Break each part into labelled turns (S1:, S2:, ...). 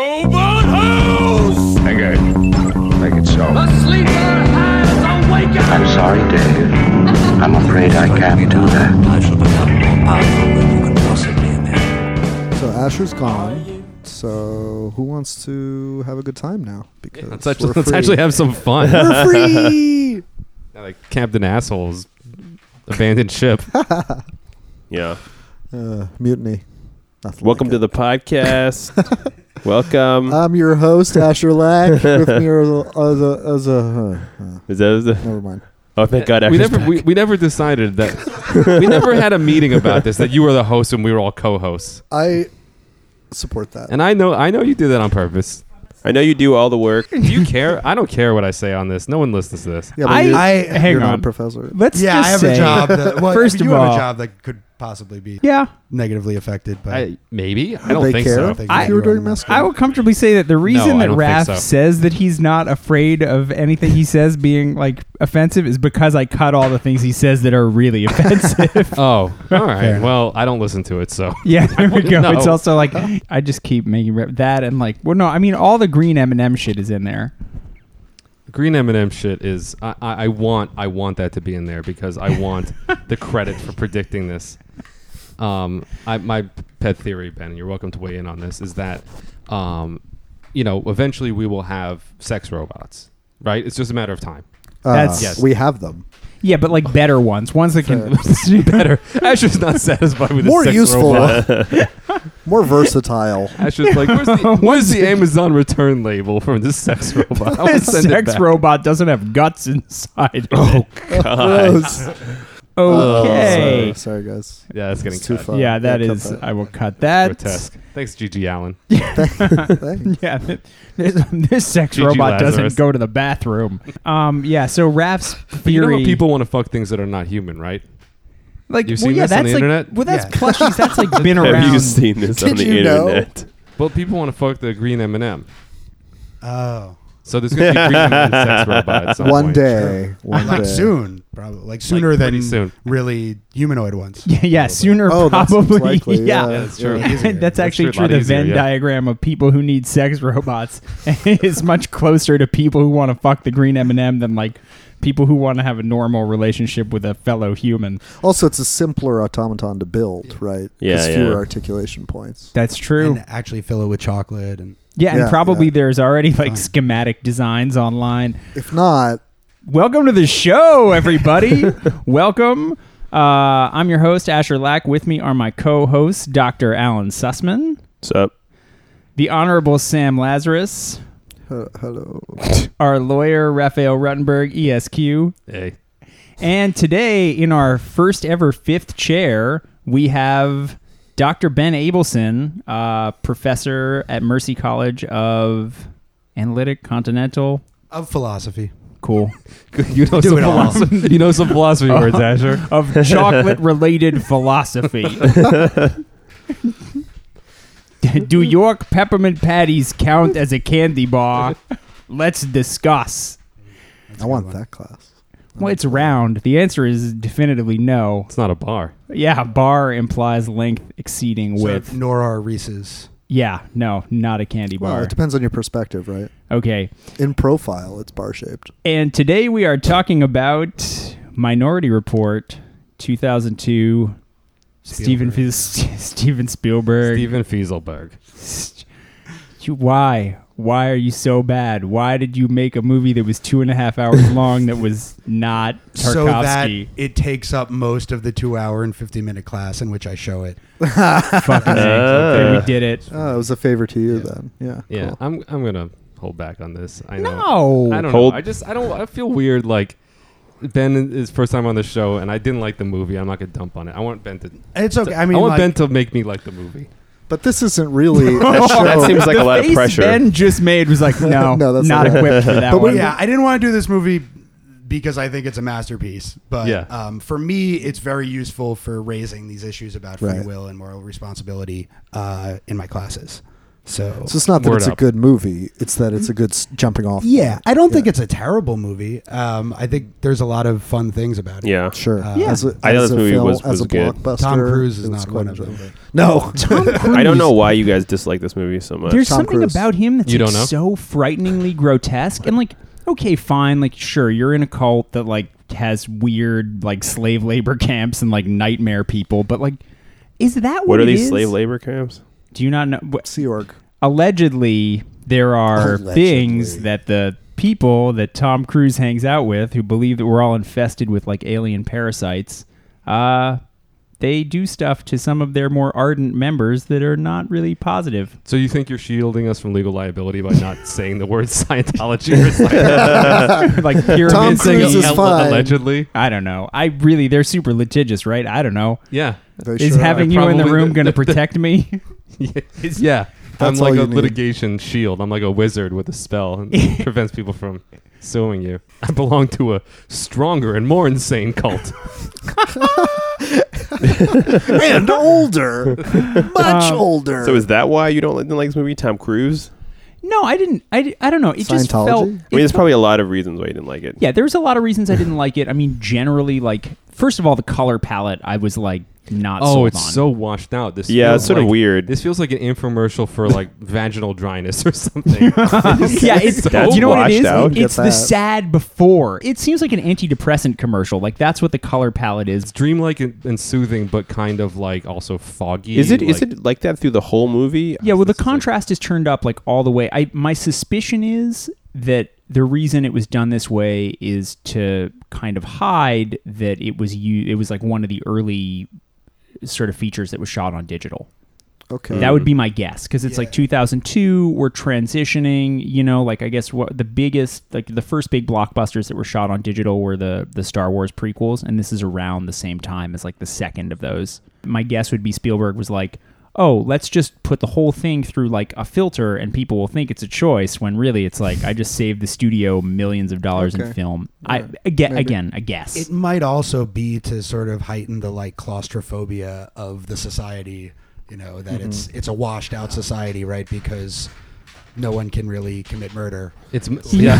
S1: Noble House!
S2: Engage. Make it so.
S1: The sleeper has awakened!
S3: I'm sorry, Dave. I'm afraid I can't do that.
S4: I shall become more powerful than you can possibly imagine.
S5: So Asher's gone. So who wants to have a good time now? Because
S6: Let's, actually,
S5: we're
S6: let's
S5: free.
S6: actually have some fun.
S5: We're free.
S6: Now, like Captain Assholes, abandoned ship.
S7: Yeah.
S5: uh, mutiny. Nothing
S7: Welcome
S5: like
S7: to
S5: it.
S7: the podcast. Welcome.
S5: I'm your host Asher Lack. with me are the- are the- as a uh, uh,
S7: Is that? Is that
S5: never mind.
S7: oh, thank God.
S6: we
S7: Asher's
S6: never we, we never decided that we never had a meeting about this that you were the host and we were all co-hosts.
S5: I support that.
S6: And I know I know you did that on purpose.
S7: I know you do all the work.
S6: Do you care? I don't care what I say on this. No one listens to this.
S5: yeah, but
S8: I-
S5: you're-
S8: I-
S5: you're
S8: hang
S5: not a
S8: on.
S5: professor.
S8: Let's
S9: yeah,
S8: just
S9: I have
S8: say,
S9: a job. That, well,
S8: first
S9: you
S8: of
S9: have
S8: all-
S9: a job that could possibly be
S8: yeah,
S9: negatively affected, but
S6: I, maybe I don't
S5: they
S6: think
S5: care?
S6: so.
S9: I think
S8: I-
S5: if you were doing
S9: mask.
S5: mascot,
S8: I will comfortably say that the reason
S6: I
S8: that
S6: don't think
S8: Raph
S6: so.
S8: says that he's not afraid of anything he says being like offensive is because I cut all the things he says that are really offensive.
S6: Oh, all right.
S9: enough.
S6: Well, I don't listen to it, so
S8: yeah, there we go.
S6: No.
S8: It's also like I just keep making rep- that and like well, no, I mean all the green M and M shit is in there.
S6: green M and M shit is. I, I, I want I want that to be in there because I want the credit for predicting this. Um, I, my pet theory, Ben, and you're welcome to weigh in on this, is that, um, you know, eventually we will have sex robots, right? It's just a matter of time.
S5: uh,
S8: That's-
S6: Yes.
S5: we have them.
S8: Yeah, but like better ones, ones that can
S6: Better. Asher's not satisfied with
S5: More
S6: a sex
S5: useful,
S6: Robot.
S5: more versatile.
S6: Asher's like, where's the, where's the Amazon return label from this sex robot? I wanna
S8: This
S6: send it
S8: sex
S6: back."
S8: robot doesn't have guts inside. Oh,
S5: Gross.
S8: okay.
S6: Oh,
S5: Sorry, sorry, guys.
S6: Yeah, that's getting
S5: It's too
S6: cut.
S5: fun.
S8: yeah, that
S5: cut
S8: is.
S5: that.
S8: I will cut that.
S6: grotesque. Thanks, Gigi Allen.
S5: Thanks.
S8: Yeah, th- this, this sex
S6: Gigi
S8: robot
S6: Lazarus.
S8: doesn't go to the bathroom. Um, yeah. So Raph's
S6: But you know
S8: theory,
S6: how people want to fuck things that are not human, right?
S8: like,
S6: you've
S8: well,
S6: seen
S8: yeah,
S6: this on
S8: that's
S6: the
S8: like,
S6: internet?
S8: well, that's
S9: Yeah.
S8: plushies. That's like been
S7: Have
S8: around.
S7: you seen this on
S5: Did
S7: the
S5: you know?
S7: internet?
S6: Well, people want to fuck the green M and m
S9: oh,
S6: So there's going to be green M&M sex robot at some
S5: One
S6: point.
S5: day, one
S9: like
S5: day.
S9: soon, probably like sooner
S6: Like, pretty
S9: than
S6: soon.
S9: really humanoid ones.
S8: yeah, yeah, sooner
S5: Oh, that's what's
S8: probably.
S5: likely.
S8: yeah.
S6: Yeah, that's true.
S9: easier.
S8: That's actually
S6: true, a
S8: true.
S6: lot
S8: The
S6: easier,
S8: Venn
S6: yeah.
S8: diagram of people who need sex robots is much closer to people who want to fuck the green M and m than like people who want to have a normal relationship with a fellow human.
S5: Also, it's a simpler automaton to build, right?
S7: Yeah,
S5: There's fewer
S7: yeah.
S5: articulation points.
S8: That's true.
S9: and actually fill it with chocolate and
S8: yeah, and
S5: Yeah,
S8: probably
S5: yeah.
S8: there's already like schematic designs online.
S5: If not,
S8: Welcome to the show, everybody. Welcome. Uh, I'm your host, Asher Lack. With me are my co hosts, Dr. Alan Sussman,
S7: What's up?
S8: the Honorable Sam Lazarus,
S5: he- hello.
S8: our lawyer, Raphael Ruttenberg, ESQ.
S6: Hey.
S8: And today, in our first ever fifth chair, we have Dr. Ben Abelson, uh, professor at Mercy College of Analytic Continental.
S9: of oh, philosophy.
S8: Cool.
S6: You know, some
S9: it all.
S6: philosophy, you know some philosophy words, Asher.
S8: Uh-huh. of chocolate related philosophy. Do York peppermint patties count as a candy bar? Let's discuss.
S5: I want that class.
S8: Well, it's round. The answer is definitively no.
S6: It's not a bar.
S8: Yeah, bar implies length exceeding width.
S9: With nor are Reese's.
S8: yeah, no, not a candy
S5: Well,
S8: bar.
S5: it depends on your perspective, right?
S8: Okay.
S5: In profile, it's bar shaped.
S8: And today we are talking about Minority Report 2002 Steven
S9: Spielberg.
S8: Spielberg. Steven Spielberg.
S6: Steven Fieselberg.
S8: You, why? Why are you so bad? Why did you make a movie that was two and a half hours long that was not
S9: So that
S8: Tarkovsky?
S9: it takes up most of the two hour and 50 minute class in which I show it.
S8: Fucking A. Okay, we did it.
S5: Oh, it was a favor to you then. Yeah.
S6: Yeah,
S5: cool.
S6: I'm, I'm going to hold back on this. I know.
S8: No.
S6: I don't
S7: Hold-
S6: know. I just I don't I feel weird like Ben is first time on the show and I didn't like the movie. I'm not gonna dump on it. I want Ben to
S9: It's okay. I
S6: I,
S9: mean,
S6: want
S9: like,
S6: Ben to make me like the movie.
S5: But this isn't really a show.
S7: That seems like a lot of
S8: Face
S7: pressure.
S8: Ben just made was like, no,
S5: No, that's not
S8: not
S5: it.
S8: equipped for that
S5: But
S8: one.
S5: we-
S9: yeah, I didn't want to do this movie because I think it's a masterpiece. But
S6: Yeah.
S9: um, for me, it's very useful for raising these issues about free
S5: Right.
S9: will and moral responsibility uh, in my classes. So,
S5: So it's not that
S6: Word
S5: it's a
S6: up.
S5: good movie; it's that it's a good s- jumping off.
S9: yeah, I don't think
S5: Yeah.
S9: it's a terrible movie. Um, I think there's a lot of fun things about it.
S7: Yeah.
S5: sure.
S9: Uh,
S5: As a,
S7: I know this
S5: as a
S7: movie
S5: film,
S7: was-
S5: as
S7: was
S5: a
S7: good.
S5: blockbuster.
S9: Tom Cruise is
S5: it was
S9: not
S5: quite
S9: one of
S5: enjoyable.
S9: them.
S5: No, Tom
S7: I don't know why you guys dislike this movie so much.
S8: There's
S5: Tom
S8: something
S5: Cruise.
S8: about him that's
S6: You
S8: like
S6: don't know?
S8: so frighteningly grotesque and like okay, fine, like sure, you're in a cult that like has weird like slave labor camps and like nightmare people, but like is that what,
S7: what are
S8: it
S7: these
S8: is?
S7: slave labor camps?
S8: Do you not know? What,
S5: Sea Org.
S8: allegedly, there are
S5: Allegedly.
S8: things that the people that Tom Cruise hangs out with, who believe that we're all infested with like alien parasites, uh, they do stuff to some of their more ardent members that are not really positive.
S6: So you think you're shielding us from legal liability by not saying the word Scientology or something?
S8: like pyramid
S5: Tom
S8: scheme.
S5: Cruise is fine.
S6: allegedly?
S8: I don't know. I really, they're super litigious, right? I don't know.
S6: Yeah.
S5: They
S8: Is
S5: sure
S8: having
S5: are.
S8: you in the
S6: Probably
S8: room
S6: the-
S8: going to
S6: the-
S8: protect me?
S6: yeah. I'm
S5: That's
S6: like
S5: all
S6: a
S5: you need.
S6: litigation shield. I'm like a wizard with a spell and prevents people from suing you. I belong to a stronger and more insane cult.
S5: and older, much
S8: Um,
S5: older.
S7: So is that why you don't like, didn't like this movie, Tom Cruise?
S8: No, I didn't. I, di- I don't know. It just
S5: Scientology?
S8: felt.
S5: I mean,
S7: I
S8: it
S7: mean, there's
S8: felt-
S7: probably a lot of reasons why you didn't like it.
S8: Yeah, there was a lot of reasons I didn't like it. I mean, generally, like first of all, the color palette I was like not.
S6: oh,
S8: sold
S6: it's
S8: on.
S6: so washed out. This
S7: Yeah,
S6: feels
S7: it's sort of
S6: like-
S7: weird.
S6: This feels like an infomercial for like vaginal dryness or something.
S8: yeah, it's
S7: That's
S8: you know what it
S7: washed
S8: is.
S7: out.
S5: Get
S8: It's the
S5: that.
S8: sad before. It seems like an antidepressant commercial. Like that's what the color palette is.
S6: It's dreamlike and, and soothing, but kind of like also foggy.
S7: Is it is
S6: like-
S7: it like that through the whole movie?
S8: Yeah, well, the
S6: This is like-
S8: contrast is turned up like all the way. I my suspicion is that the reason it was done this way is to kind of hide that it was you. It was like one of the early sort of features that was shot on digital.
S5: okay.
S8: That would be my guess because it's like 2002. We're transitioning. You know, like I guess what the biggest, like the first big blockbusters that were shot on digital were the the Star Wars prequels, and this is around the same time as like the second of those. My guess would be Spielberg was like, "Oh, let's just put the whole thing through like a filter, and people will think it's a choice when really it's like I just saved the studio millions of dollars in
S5: Okay.
S8: film." I again,
S5: Maybe.
S8: again, a guess.
S9: It might also be to sort of heighten the like claustrophobia of the society, you know, that it's it's a washed out society, right? Because no one can really commit murder.
S6: It's yeah.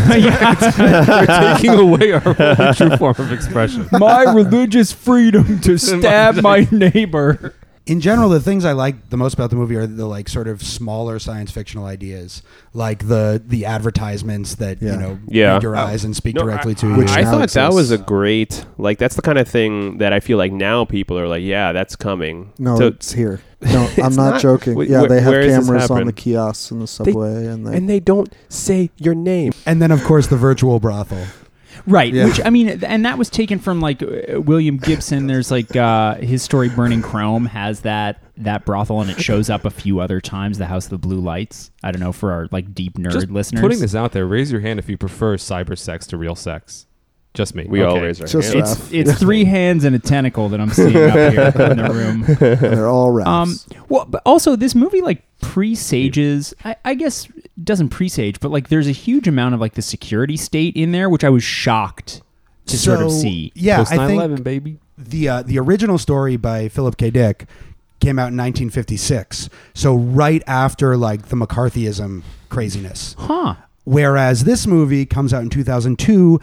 S6: You're taking away our only true form of expression.
S8: my religious freedom to stab my neighbor.
S9: in general, the things I like the most about the movie are the like sort of smaller science fictional ideas, like the the advertisements that
S5: Yeah.
S9: you know
S7: Yeah. Uh,
S9: read your eyes and speak
S7: No,
S9: directly
S7: I,
S9: to you.
S5: Which
S7: I
S5: now
S7: thought that
S5: exists.
S7: was a great like that's the kind of thing that I feel like now people are like, yeah, that's coming.
S5: No,
S7: So-
S5: it's here. No, I'm
S7: It's
S5: not,
S7: not-
S5: joking.
S7: Wait,
S5: yeah,
S7: wh-
S5: they have
S7: where does this
S5: cameras on
S7: happen?
S5: the kiosks in the subway, and they,
S7: and they don't say your name.
S9: and then of course the virtual brothel.
S8: Right,
S5: Yeah.
S8: which I mean, and that was taken from like uh, William Gibson. There's like uh, his story, Burning Chrome, has that that brothel, and it shows up a few other times. The House of the Blue Lights. I don't know for our like deep nerd
S6: Just
S8: listeners.
S6: putting this out there, raise your hand if you prefer cyber sex to real sex. Just me.
S7: We
S6: Okay.
S7: all raise our
S5: Just
S7: hands.
S5: Raph.
S8: it's it's three hands and a tentacle that I'm seeing up here in the room.
S5: and they're all wraps.
S8: Um, well, but also this movie like presages. I, I guess doesn't presage, but like there's a huge amount of like the security state in there, which I was shocked to sort of
S9: So,
S8: see.
S9: Yeah,
S6: Post
S9: I
S6: 9/11,
S9: think
S6: baby.
S9: the uh, the original story by Philip K. Dick came out in 1956, so right after like the McCarthyism craziness.
S8: Huh.
S9: Whereas this movie comes out in 2002,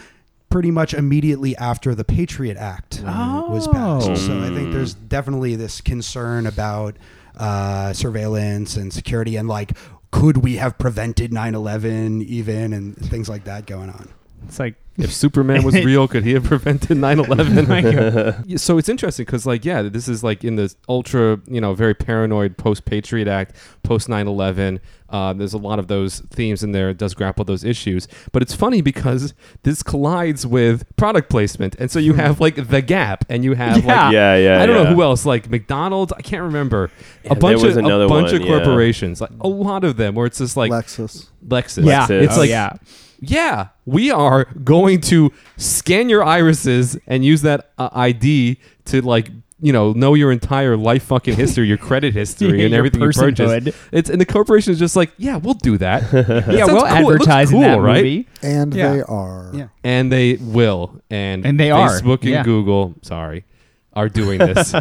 S9: pretty much immediately after the Patriot Act
S6: Oh.
S9: was passed. So I think there's definitely this concern about uh, surveillance and security and like, could we have prevented 9 11 even and things like that going on?
S8: It's like
S6: If Superman was real, could he have prevented
S7: Oh
S6: 9/11?
S8: my God.
S6: Yeah, so it's interesting because like yeah this is like in this ultra you know very paranoid post patriot act post 9-11 uh, there's a lot of those themes in there it does grapple those issues but it's funny because this collides with product placement and so you have like the gap and you have
S8: Yeah.
S6: like
S7: Yeah, yeah.
S6: I don't
S7: yeah.
S6: know who else, like McDonald's. I can't remember a
S7: there
S6: bunch
S7: was
S6: of a
S7: another
S6: bunch
S7: one,
S6: of
S7: yeah.
S6: corporations, like a lot of them, where it's just like
S5: Lexus.
S6: Lexus.
S8: Yeah,
S7: Lexus.
S8: it's
S7: Oh,
S8: like
S6: yeah. Yeah, we are going to scan your irises and use that uh, ID to like you know know your entire life fucking history, your credit history,
S8: Yeah,
S6: and
S8: your
S6: everything you
S8: personhood.
S6: purchased. It's and the corporation is just like, yeah, we'll do that. That
S8: yeah,
S6: sounds cool.
S8: we'll
S6: It looks
S8: advertise in
S6: cool,
S8: that
S6: right?
S8: movie.
S5: and
S8: yeah.
S5: they are.
S9: Yeah.
S6: And they will, and
S8: And they are,
S6: Facebook and
S8: yeah.
S6: Google. Sorry. are doing this.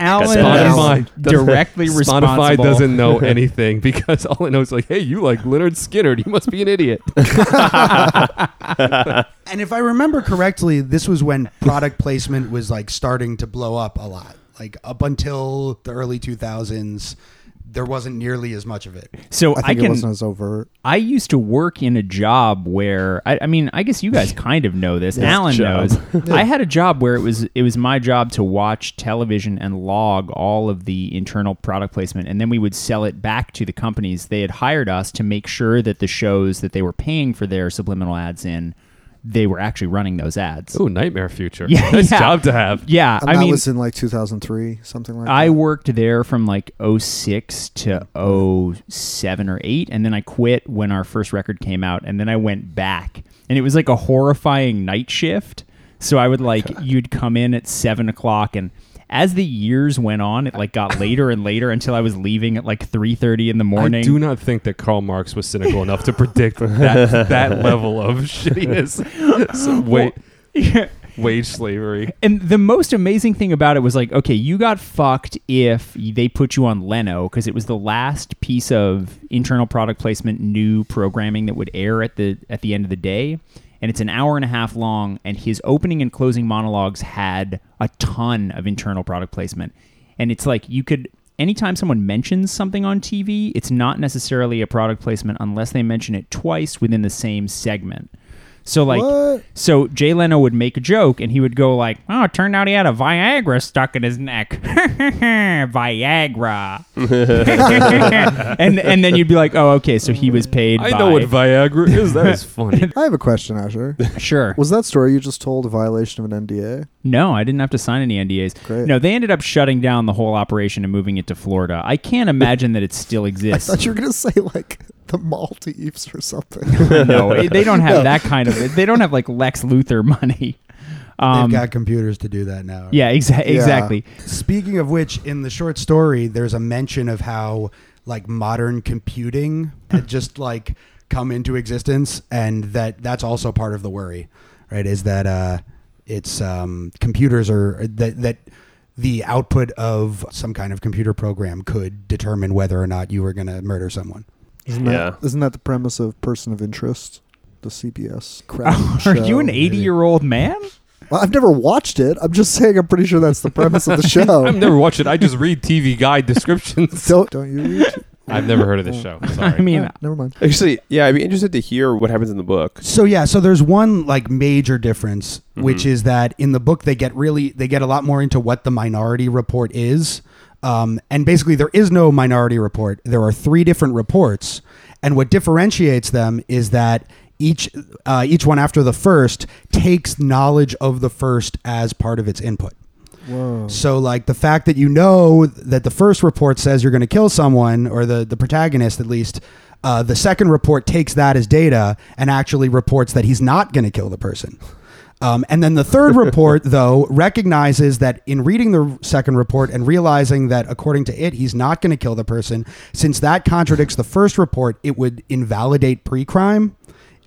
S8: Alan
S6: Spotify
S8: is
S6: doesn't-
S8: directly
S6: Spotify
S8: responsible.
S6: doesn't know anything because all it knows is like, hey, you like Leonard Skinner. You must be an idiot.
S9: And if I remember correctly, this was when product placement was like starting to blow up a lot. Like up until the early 2000s, there wasn't nearly as much of it.
S8: So
S5: I
S8: I,
S5: think it
S8: can.
S5: wasn't as overt.
S8: I used to work in a job where I, I mean, I guess you guys kind of know this. Alan
S7: job.
S8: knows. I had a job where it was it was my job to watch television and log all of the internal product placement, and then we would sell it back to the companies they had hired us to make sure that the shows that they were paying for their subliminal ads in, they were actually running those ads.
S6: Ooh, nightmare future.
S8: Yeah,
S6: nice
S8: yeah.
S6: job to have.
S8: Yeah,
S5: And
S8: I
S5: that
S8: mean,
S5: was in like 2003, something like
S8: I
S5: that.
S8: worked there from like 06 to 07 or 8 and then I quit when our first record came out and then I went back and it was like a horrifying night shift so I would like you'd come in at 7 o'clock and as the years went on it like got later and later until I was leaving at like 3.30 in the morning
S6: I do not think that Karl Marx was cynical enough to predict that that level of shittiness. So, wait, wage slavery.
S8: and the most amazing thing about it was like, okay, you got fucked if they put you on Leno because it was the last piece of internal product placement new programming that would air at the at the end of the day, and it's an hour and a half long. And his opening and closing monologues had a ton of internal product placement, and it's like you could. Anytime someone mentions something on TV, it's not necessarily a product placement unless they mention it twice within the same segment. So like,
S5: What?
S8: so Jay Leno would make a joke and he would go like, "Oh, it turned out he had a Viagra stuck in his neck." Viagra. and and then you'd be like, "Oh, okay, so he was paid
S6: I
S8: by
S6: know what Viagra is. That is funny.
S5: I have a question, Asher.
S8: Sure.
S5: Was that story you just told a violation of an NDA?
S8: No, I didn't have to sign any NDAs.
S5: Great.
S8: No, they ended up shutting down the whole operation and moving it to Florida. I can't imagine that it still
S5: I
S8: exists.
S5: thought you were gonna say like the Maldives or something.
S8: no, it- they don't have that kind of they don't have like Lex Luthor money.
S9: They've
S8: Um,
S9: got computers to do that now.
S8: yeah, exa- exactly.
S9: Speaking of which, in the short story, there's a mention of how like modern computing had just like come into existence, and that that's also part of the worry, right? Is that uh, it's um, computers are that that the output of some kind of computer program could determine whether or not you were going to murder someone.
S5: Isn't
S7: Yeah.
S5: that isn't that the premise of Person of Interest, the CBS crap?
S8: Are you an
S5: show?
S8: 80 year old man?
S5: Well, I've never watched it. I'm just saying. I'm pretty sure that's the premise of the
S6: I've
S5: show.
S6: never watched it. I just read TV guide descriptions.
S5: don't don't you? Read it?
S6: I've never heard of this show. Sorry.
S8: I mean,
S5: Never mind.
S7: Actually, yeah, I'd be interested to hear what happens in the book.
S9: So yeah, so there's one like major difference, which is that in the book they get really they get a lot more into what the minority report is, um, and basically there is no minority report. There are three different reports, and what differentiates them is that each uh, each one after the first takes knowledge of the first as part of its input.
S5: Whoa.
S9: So like the fact that you know that the first report says you're going to kill someone or the the protagonist at least uh, the second report takes that as data and actually reports that he's not going to kill the person. Um, and then the third report, though, recognizes that in reading the second report and realizing that according to it, he's not going to kill the person, since that contradicts the first report, it would invalidate pre crime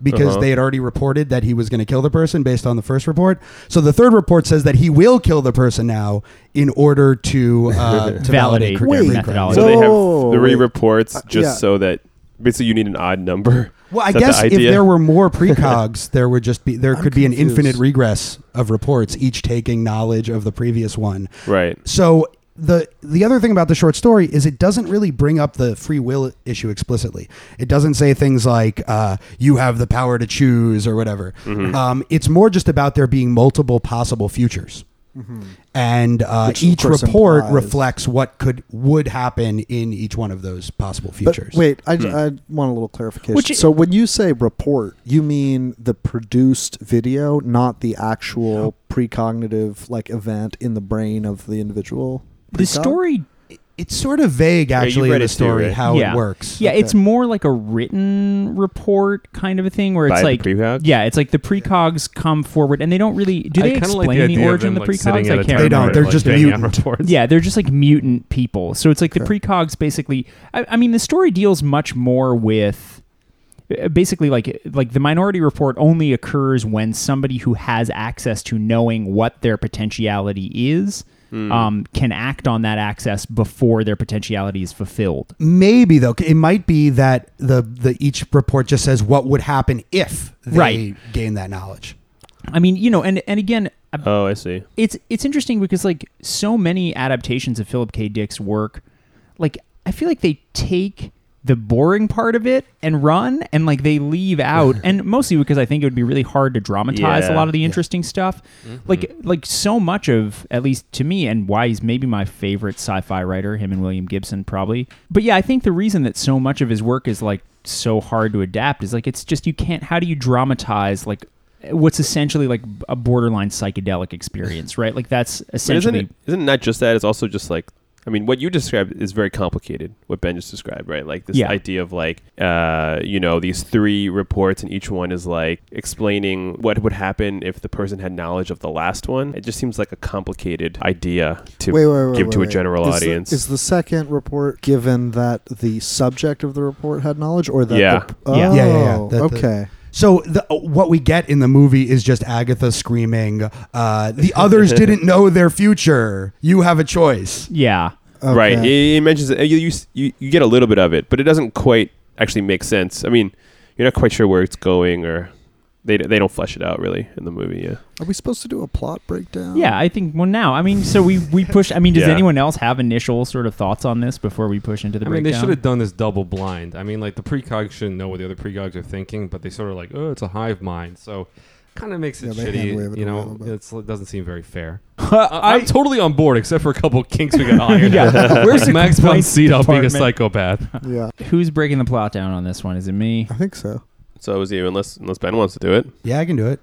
S9: because they had already reported that he was going to kill the person based on the first report. So the third report says that he will kill the person now in order to, uh, to
S8: Validate
S9: validate, cr-
S8: their
S9: pre-crime.
S8: methodology.
S7: So they
S5: Oh,
S7: have three
S5: wait.
S7: reports just
S5: yeah.
S7: so that basically you need an odd number.
S9: Well, I
S7: Is that the
S9: guess if
S7: idea?
S9: there were more precogs, there would just be there
S5: I'm
S9: could be an
S5: confused.
S9: infinite regress of reports, each taking knowledge of the previous one.
S7: right.
S9: So the the other thing about the short story is it doesn't really bring up the free will issue explicitly. It doesn't say things like uh, you have the power to choose or whatever.
S7: Mm-hmm.
S9: Um, it's more just about there being multiple possible futures, and uh,
S5: Mm-hmm. Which, of
S9: each
S5: course,
S9: report
S5: implies-
S9: reflects what could would happen in each one of those possible
S5: But
S9: futures.
S5: wait, I,
S7: Hmm.
S5: I want a little clarification.
S8: Which-
S5: so when you say report, you mean the produced video, not the actual precognitive like event in the brain of the individual.
S8: the
S5: precog?
S8: story
S9: It's sort of vague,
S7: you
S9: actually,
S7: read
S9: in the
S7: it too,
S9: story
S7: right?
S9: how
S8: yeah.
S9: it works.
S8: Yeah, it's more like a written report kind of a thing where it's
S7: By the
S8: like
S7: precogs?
S8: yeah, it's like the precogs come forward and they don't really do
S6: I
S8: they
S6: kinda
S8: explain
S6: like the, idea of
S8: origin
S6: them,
S8: of the
S6: like, sitting
S8: precogs?
S6: at a
S8: I can't
S9: They don't,
S6: typewriter,
S9: they're
S6: like,
S9: just
S6: banging out
S9: mutant.
S6: reports.
S8: yeah, they're just like mutant people. So it's like the precogs basically. I, I mean, the story deals much more with uh, basically like like the minority report only occurs when somebody who has access to knowing what their potentiality is um, can act on that access before their potentiality is fulfilled.
S9: Maybe though, it might be that the the each report just says what would happen if they
S8: Right.
S9: gain that knowledge.
S8: I mean, you know, and and again, uh, I-
S7: Oh, I see.
S8: it's it's interesting because like so many adaptations of Philip K. Dick's work, like I feel like they take the boring part of it and run and like they leave out and mostly because I think it would be really hard to dramatize a
S7: Yeah.
S8: lot of the interesting stuff.
S7: Mm-hmm.
S8: Like like so much of at least to me and why he's maybe my favorite sci-fi writer, him and William Gibson probably. But yeah, I think the reason that so much of his work is like so hard to adapt is like it's just you can't how do you dramatize like what's essentially like a borderline psychedelic experience, right? Like that's
S7: But isn't
S8: essentially
S7: it? Isn't it not just that? It's also just like. I mean, what you described is very complicated. What Ben just described, right? Like this
S8: Yeah.
S7: idea of like, uh, you know, these three reports, and each one is like explaining what would happen if the person had knowledge of the last one. It just seems like a complicated idea to
S5: wait, wait, wait,
S7: give
S5: wait,
S7: to
S5: wait.
S7: a general
S5: Is the-
S7: audience.
S5: is the second report given that the subject of the report had knowledge, or that?
S7: Yeah.
S5: The, oh,
S8: Yeah.
S9: Yeah, yeah, yeah. That the-
S5: okay.
S9: So the, what we get in the movie is just Agatha screaming, uh, "The others didn't know their future. You have a choice."
S8: yeah.
S7: Right.
S5: Okay.
S7: It, it mentions it. You, you, s- you, you get a little bit of it, but it doesn't quite actually make sense. I mean, you're not quite sure where it's going, or they, they don't flesh it out really in the movie. Yeah.
S5: Are we supposed to do a plot breakdown?
S8: Yeah, I think well now. I mean, so we we push I mean, does
S7: Yeah.
S8: anyone else have initial sort of thoughts on this before we push into
S6: I
S8: the
S6: mean,
S8: breakdown?
S6: they should have done this double blind. I mean, like the precog shouldn't know what the other precogs are thinking, but they sort of like, oh, it's a hive mind, so kind of makes it
S5: Yeah, they hand-wave
S6: shitty.
S5: it
S6: You
S5: a
S6: know,
S5: little bit.
S6: it's, it doesn't seem very fair. I,
S8: I,
S6: am totally on board, except for a couple kinks we got ironed.
S8: Yeah.
S6: out.
S8: Where's the
S6: Max von
S8: complaints
S6: Sydow being a
S8: department?
S6: psychopath?
S5: Yeah,
S8: who's breaking the plot down on this one? Is it me?
S5: I think so.
S7: So it was you, unless unless Ben wants to do it.
S9: Yeah, I can do it.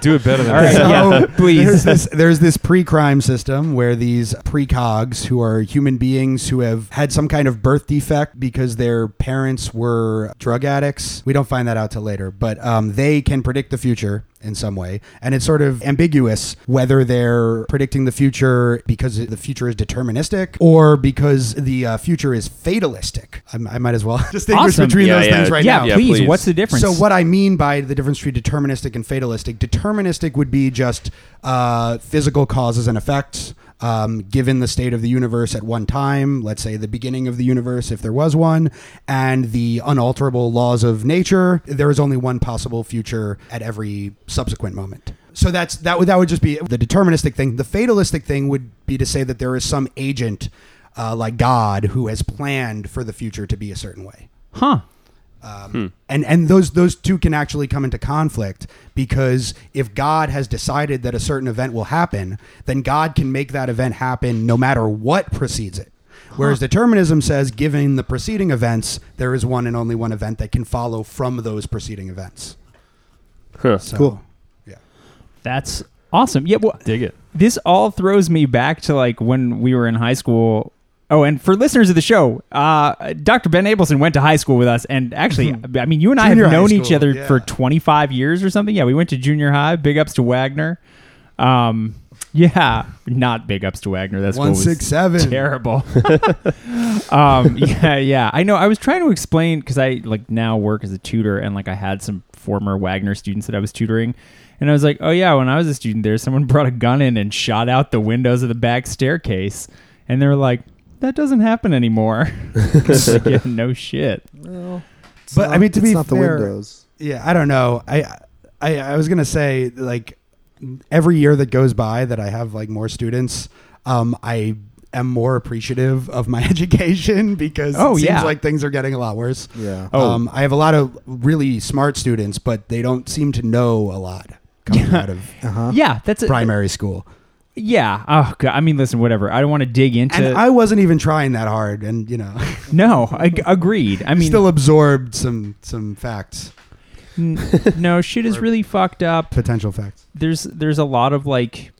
S6: Do it better than
S8: All right,
S6: that.
S8: yeah, please.
S9: There's this, there's this pre-crime system where these precogs, who are human beings who have had some kind of birth defect because their parents were drug addicts. We don't find that out till later, but um, they can predict the future in some way, and it's sort of ambiguous whether they're predicting the future because the future is deterministic or because the uh, future is fatalistic. I, I might as well distinguish
S8: Awesome.
S9: between
S7: Yeah,
S9: those
S7: yeah.
S9: things right
S8: yeah,
S9: now.
S7: Yeah,
S8: please.
S7: please.
S8: What's the difference?
S9: So what I mean by the difference between deterministic and fatalistic, deterministic would be just uh, physical causes and effects. Um, given the state of the universe at one time, let's say the beginning of the universe, if there was one, and the unalterable laws of nature, there is only one possible future at every subsequent moment. So that's that would that would just be the deterministic thing. The fatalistic thing would be to say that there is some agent, uh, like God, who has planned for the future to be a certain way
S8: Huh.
S9: and and those those two can actually come into conflict because if God has decided that a certain event will happen, then God can make that event happen no matter what precedes it. Whereas determinism says, given the preceding events, there is one and only one event that can follow from those preceding events.
S7: Huh.
S9: So,
S5: Cool.
S9: Yeah.
S8: That's awesome. Yeah, well,
S6: Dig it.
S8: this all throws me back to like when we were in high school. Oh, and for listeners of the show, uh, Dr. Ben Abelson went to high school with us, and actually, I mean, you and I
S9: Junior
S8: have
S9: high
S8: known
S9: school,
S8: each other
S9: yeah.
S8: for 25 years or something. Yeah, we went to junior high. Big ups to Wagner. Um, yeah, not big ups to Wagner. That's
S9: One six seven.
S8: terrible. um, yeah, yeah. I know. I was trying to explain because I like now work as a tutor, and like I had some former Wagner students that I was tutoring, and I was like, oh yeah, when I was a student there, someone brought a gun in and shot out the windows of the back staircase, and they were like, that doesn't happen anymore. yeah, no shit.
S5: It's
S9: But, I
S5: not-
S9: mean, to
S5: it's
S9: be
S5: not
S9: fair-
S5: the windows.
S9: Yeah, I don't know. I I I was gonna say like every year that goes by that I have like more students, um, I am more appreciative of my education because
S8: Oh,
S9: it seems
S8: yeah.
S9: like things are getting a lot worse.
S5: Yeah.
S8: Oh.
S9: Um, I have a lot of really smart students, but they don't seem to know a lot coming out of
S5: Uh-huh.
S8: Yeah, that's it.
S9: primary school.
S8: Yeah. Oh god. I mean, listen, whatever. I don't want to dig into.
S9: And I wasn't even trying that hard, and you know,
S8: no, ag- agreed. I mean,
S9: still absorbed some some facts,
S8: n- no, shit is really fucked up.
S9: potential facts.
S8: there's there's a lot of like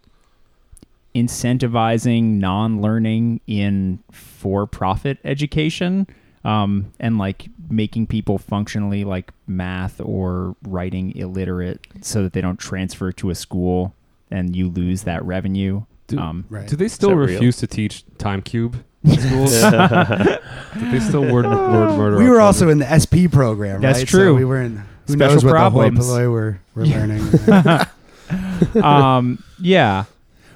S8: incentivizing non-learning in for-profit education um, and like making people functionally like math or writing illiterate so that they don't transfer to a school and you lose that revenue
S6: Do-
S8: um,
S9: Right.
S6: Do they still
S7: that real?
S6: refuse to teach time cube in schools? Do they still word, word murder?
S9: we were
S6: our children?
S9: also in the SP program.
S8: That's
S9: right?
S8: true.
S9: So we were in. Who
S8: Special
S9: knows what
S8: problems.
S9: the hoi polloi we're, we're learning.
S8: um, yeah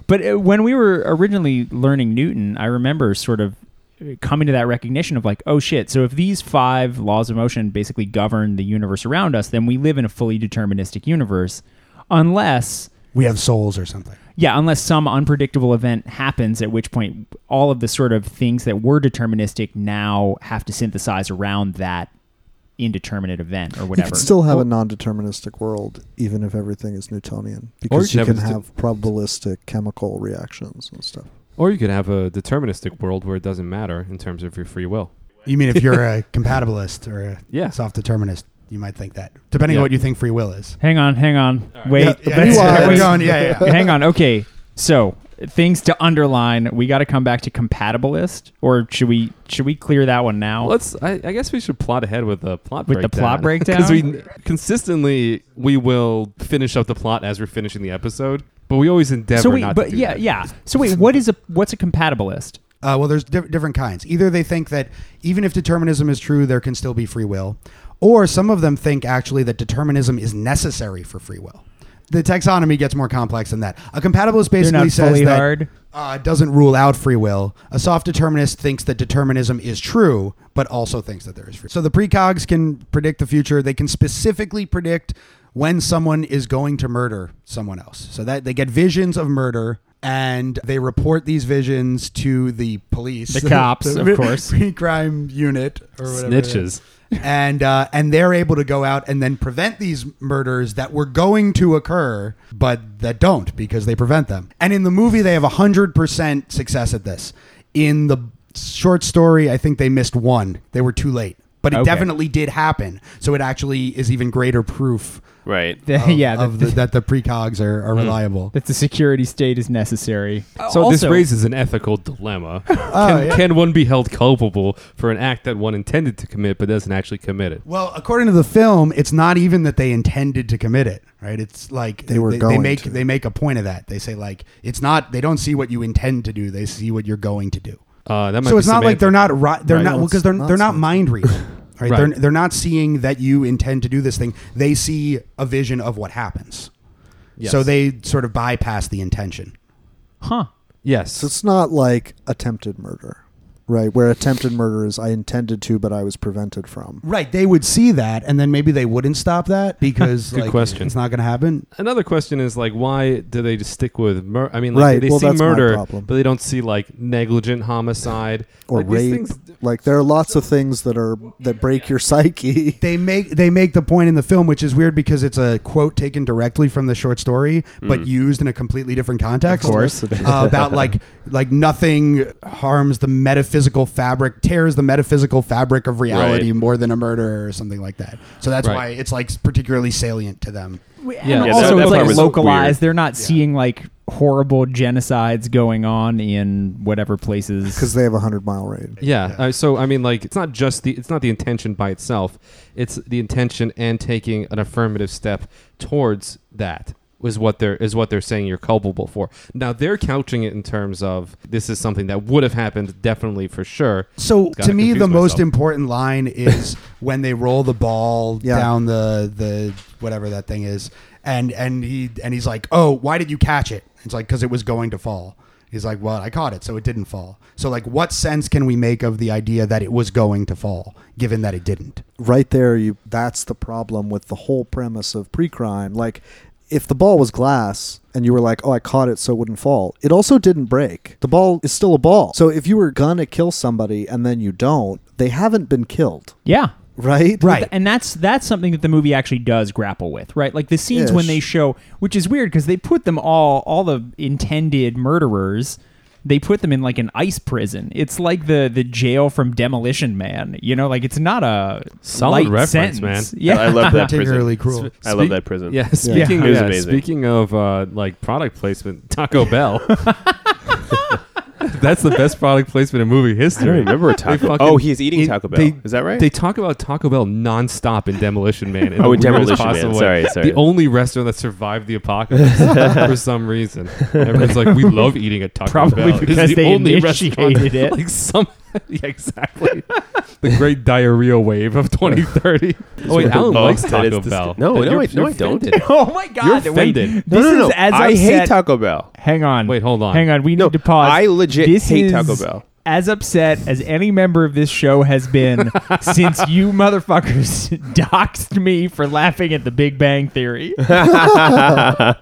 S8: But uh, when we were originally learning Newton, I remember sort of uh, coming to that recognition of like, oh shit, so if these five laws of motion basically govern the universe around us, then we live in a fully deterministic universe unless
S9: We have souls or something.
S8: yeah, unless some unpredictable event happens, at which point all of the sort of things that were deterministic now have to synthesize around that indeterminate event or
S5: You
S8: whatever.
S5: could still have a non-deterministic world, even if everything is Newtonian, because you
S6: never
S5: can
S6: sti-
S5: have probabilistic chemical reactions and stuff.
S6: Or you could have a deterministic world where it doesn't matter in terms of your free will.
S9: You mean if you're a compatibilist or a
S6: Yeah.
S9: soft determinist, you might think that, depending
S6: Yeah.
S9: on what you think free will is.
S8: hang on, hang on, wait,
S9: yeah,
S8: that's-
S9: you are.
S8: wait,
S9: Hang on, yeah, yeah.
S8: hang on. Okay, so things to underline. We got to come back to compatibilist, or should we? Should we clear that one now?
S6: Let's. I, I guess we should plot ahead with the plot
S8: With the
S6: breakdown.
S8: plot
S6: because we
S8: breakdown?
S6: consistently we will finish up the plot as we're finishing the episode, but we always endeavor
S8: so wait,
S6: not
S8: but
S6: to do
S8: yeah,
S6: that.
S8: yeah. So wait, what is a what's a compatibilist?
S9: Uh, well, there's diff- different kinds. Either they think that even if determinism is true, there can still be free will, or some of them think actually that determinism is necessary for free will. The taxonomy gets more complex than that. A compatibilist
S8: They're
S9: basically
S8: not
S9: says
S8: fully
S9: that
S8: hard.
S9: Uh, it doesn't rule out free will. A soft determinist thinks that determinism is true, but also thinks that there is free. So the precogs can predict the future. They can specifically predict when someone is going to murder someone else. So that they get visions of murder and they report these visions to the police,
S8: The cops, of course.
S9: pre-crime unit or whatever it is
S6: Snitches.
S9: and uh, and they're able to go out and then prevent these murders that were going to occur, but that don't because they prevent them. And in the movie, they have hundred percent success at this. In the short story, I think they missed one; they were too late. But it
S8: Okay.
S9: definitely did happen, so it actually is even greater proof.
S7: Right.
S9: Of,
S8: yeah, that- Hmm.
S9: of the, that the precogs are, are reliable.
S8: that the security state is necessary.
S6: So this
S8: Uh, Also-
S6: raises an ethical dilemma. can, can one be held culpable for an act that one intended to commit but doesn't actually commit it?
S9: Well, according to the film, it's not even that they intended to commit it, right? It's like
S5: They were
S9: they,
S5: going
S9: make
S5: to.
S9: they make a point of that. They say like it's not they don't see what you intend to do; they see what you're going to do.
S6: Uh, that might
S9: So
S6: be
S9: it's not like they're
S6: semantic.
S9: not right. They're
S5: Right.
S9: not
S5: No,
S9: because
S5: it's
S9: they're
S5: not
S9: they're not
S5: semantic.
S9: mind reading. Right?
S6: Right.
S9: They're they're not seeing that you intend to do this thing. They see a vision of what happens.
S6: Yes.
S9: So they sort of bypass the intention.
S8: huh?
S6: yes.
S5: So it's not like attempted murder, right? Where attempted murder is I intended to, but I was prevented from.
S9: Right. They would see that and then maybe they wouldn't stop that because
S6: Good
S9: like,
S6: question.
S9: it's not going to happen.
S6: Another question is like, why do they just stick with murder? I mean, like,
S5: Right,
S6: they
S5: well,
S6: see
S5: that's my
S6: murder,
S5: problem.
S6: but they don't see like negligent homicide
S5: Or
S6: Like, these
S5: rape.
S6: things-
S5: like there are lots of things that are that break your psyche.
S9: they make they make the point in the film, which is weird because it's a quote taken directly from the short story, but used in a completely different context.
S5: Of course it is.
S9: uh, about like like nothing harms the metaphysical fabric, tears the metaphysical fabric of reality
S7: Right.
S9: more than a murder or something like that. So that's
S6: Right.
S9: why it's like particularly salient to them.
S8: And
S7: Yeah, that-
S8: also,
S7: that
S8: it's
S7: part
S8: like
S7: was
S8: localized.
S7: weird.
S8: They're not seeing like horrible genocides going on in whatever places.
S5: Because they have a hundred mile range.
S6: Yeah. Uh, so I mean, like, it's not just the it's not the intention by itself. It's the intention and taking an affirmative step towards that is what they're is what they're saying you're culpable for. Now they're couching it in terms of this is something that would have happened definitely for sure.
S9: So
S6: Gotta
S9: to me,
S6: confuse
S9: the most
S6: myself.
S9: important line is when they roll the ball
S5: Yeah.
S9: down the the whatever that thing is, and and he and he's like, "Oh, why did you catch it?" It's like because it was going to fall. He's like, "Well, I caught it, so it didn't fall." So like, what sense can we make of the idea that it was going to fall, given that it didn't?
S5: Right there, you. That's the problem with the whole premise of pre-crime. Like, if the ball was glass and you were like, "Oh, I caught it, so it wouldn't fall," it also didn't break. The ball is still a ball. So if you were gonna kill somebody and then you don't, they haven't been killed,
S8: yeah,
S5: right?
S9: Right.
S8: and that's that's something that the movie actually does grapple with, right? Like the scenes when
S5: Ish.
S8: they show, which is weird because they put them all, all the intended murderers, they put them in like an ice prison. It's like the the jail from Demolition Man, you know? Like it's not a
S6: Solid
S8: light
S6: reference,
S8: sentence.
S6: man.
S8: Yeah,
S7: I love that
S9: Particularly
S7: prison.
S9: cruel.
S7: I love that prison.
S6: Yeah.
S5: Yeah.
S6: Speaking
S7: It was
S6: yeah,
S7: amazing.
S6: speaking of uh, like product placement, Taco Bell. That's the best product placement in movie history.
S7: I don't remember a
S6: They
S7: Taco.
S6: fucking-
S7: oh, he's eating
S6: it-
S7: Taco Bell.
S6: they-
S7: is that right?
S6: They talk about Taco Bell nonstop in Demolition Man. In
S7: Oh,
S6: the
S7: in
S6: weirdest
S7: Demolition Man.
S6: possible way.
S7: Sorry, sorry.
S6: The only restaurant that survived the apocalypse for some reason. Everyone's like, we love eating at Taco
S8: Probably
S6: Bell. It's
S8: because
S6: the
S8: they
S6: only restaurant-
S8: initiated it.
S6: Like some, yeah, exactly. the great diarrhea wave of 2030. oh wait, Alan
S7: Oh,
S6: likes
S7: that is
S6: Taco
S7: disgu-
S6: Bell.
S7: No,
S6: Then
S7: no,
S6: you're-
S7: I- no,
S6: you're
S7: I don't.
S6: offended.
S8: Oh my God!
S6: You're
S8: wait,
S6: offended.
S8: this
S7: no, no,
S8: is
S7: no.
S8: as
S7: I hate
S8: upset-
S7: Taco Bell.
S8: Hang on.
S6: Wait, hold on.
S8: Hang on. We
S7: No,
S8: need to pause.
S7: I legit
S8: this
S7: hate
S8: is
S7: Taco Bell.
S8: As upset as any member of this show has been since you motherfuckers doxed me for laughing at the Big Bang Theory.
S6: yeah,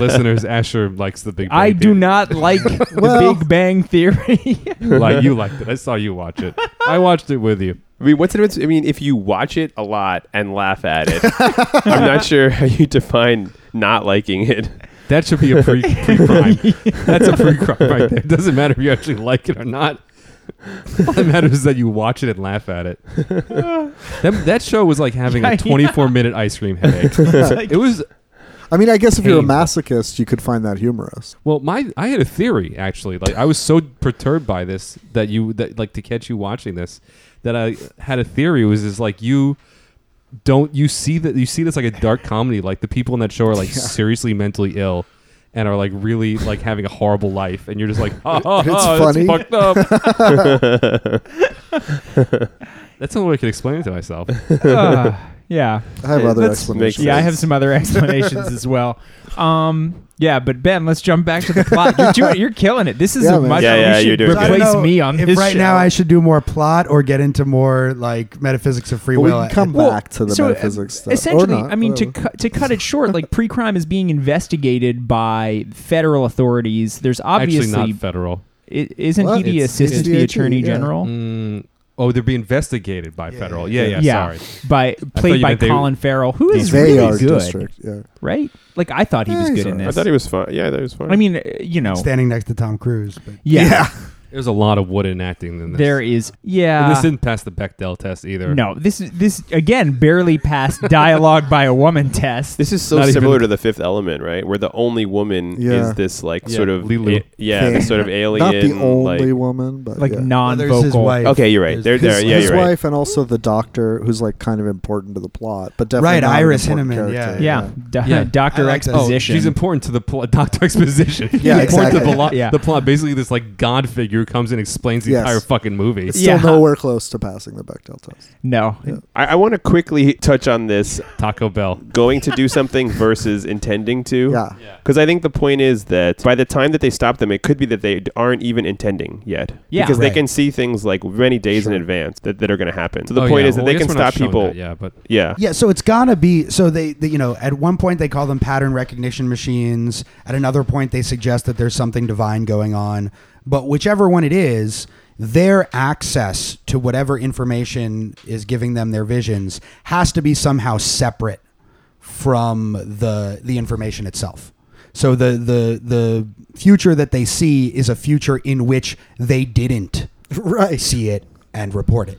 S6: listeners, Asher likes the Big. Bang
S8: I do
S6: Theory.
S8: not like the
S5: Well-
S8: Big Bang Theory.
S6: like you liked it. I saw you watch it. I watched it with you.
S7: I mean, what's the difference? I mean, if you watch it a lot and laugh at it, I'm not sure how you define not liking it.
S6: That should be a pre crime. That's a pre crime right there. It doesn't matter if you actually like it or not. All that matters is that you watch it and laugh at it. that, that show was like having
S8: Yeah, yeah.
S6: a 24 minute ice cream headache.
S8: like-
S6: it was
S5: I mean, I guess if you're a
S6: Painful.
S5: masochist, you could find that humorous.
S6: well, my I had a theory actually. Like I was so perturbed by this that you that like to catch you watching this that I had a theory It was is like you don't you see that you see this like a dark comedy like the people in that show are like seriously mentally ill and are like really like having a horrible life and you're just like oh,
S5: funny.
S6: that's fucked up. that's the only way I could explain it to myself.
S8: Ugh, yeah.
S5: I have other
S8: Let's-
S5: explanations.
S8: Yeah, I have some other explanations as well. Um, yeah, but Ben, let's jump back to the plot. You're doing, you're killing it. This is
S5: Yeah,
S8: a
S5: man.
S8: much.
S7: Yeah,
S8: we
S7: yeah,
S8: should
S7: you're doing
S9: So I don't
S8: replace
S9: know
S8: me on
S9: if
S8: this
S9: right
S8: show.
S9: now I should do more plot or get into more like metaphysics of free
S5: But we
S9: will.
S5: can come
S8: Well,
S5: back to the
S8: so, uh,
S5: metaphysics stuff. Or
S8: Essentially,
S5: not, Oh.
S8: I mean to
S5: whatever.
S8: cu- to cut it short, like pre-crime is being investigated by federal authorities. There's
S6: Actually,
S8: obviously
S6: not federal.
S8: I- isn't
S5: What?
S8: he the
S5: It's- it's
S8: assistant to the
S5: DHE,
S8: attorney
S5: yeah.
S8: general?
S6: Mm, oh, they're being investigated by federal. Yeah, yeah. Sorry.
S8: by
S6: thought
S8: played
S6: you
S8: by
S6: meant they-
S8: Colin Farrell, who is
S5: they
S8: really
S5: are
S8: good,
S5: district. Yeah.
S8: right? Like I thought he
S5: Yeah,
S8: was
S5: he's
S8: good in
S5: alright.
S8: this.
S7: I thought it was fun. Yeah, that was fun.
S8: I mean, uh, you know,
S9: standing next to Tom Cruise. But
S8: yeah,
S6: There's a lot of wooden acting in this.
S8: there is, yeah.
S6: And this didn't pass the Bechdel test either.
S8: no, this is this again barely passed dialogue by a woman test.
S7: this is so
S6: Not
S7: similar
S6: even-
S7: to the Fifth Element, right? Where the only woman
S5: Yeah.
S7: is this like
S6: Yeah,
S7: sort of
S6: Lilu.
S7: a- yeah, this
S5: Thing.
S7: sort of alien.
S5: Not the only
S7: like,
S5: woman, but
S8: like
S5: yeah.
S9: Well,
S8: non-vocal.
S9: there's his wife.
S7: Okay, you're right.
S9: There's-
S7: They're-
S5: his,
S7: they're- yeah,
S5: his
S7: you're right.
S5: wife and also the doctor, who's like kind of important to the plot, but definitely
S9: Right,
S5: not an
S9: Iris
S5: important
S9: Hinneman,
S5: character.
S8: Yeah, Do-
S6: Yeah.
S8: Doctor
S9: I like that. Oh,
S8: Exposition.
S6: She's important to the plot, Doctor Exposition.
S5: Yeah,
S6: Important to
S5: exactly.
S6: the, lot-
S8: Yeah.
S6: the plot. Basically, this like God figure who comes and explains the
S5: Yes.
S6: entire fucking movie.
S5: It's still
S8: Yeah.
S5: nowhere close to passing the Bechdel test.
S8: no,
S7: I, I want to quickly touch on this
S6: Taco Bell.
S7: going to do something versus intending to.
S5: Yeah.
S7: Because I think the point is that by the time that they stop them, it could be that they d- aren't even intending yet.
S8: Yeah.
S7: Because
S9: Right.
S7: they can see things like many days in advance that, that are going to happen. So the
S6: Oh,
S7: point
S6: yeah.
S7: is that
S6: Well, I
S7: they
S6: guess
S7: can
S6: we're not
S7: stop
S6: showing
S7: people.
S6: that, yeah, but
S7: yeah.
S9: Yeah, so it's gotta be so they, they you know at one point they call them pattern recognition machines. At another point they suggest that there's something divine going on. But whichever one it is, their access to whatever information is giving them their visions has to be somehow separate from the the information itself. So the the the future that they see is a future in which they didn't
S5: Right.
S9: see it and report it.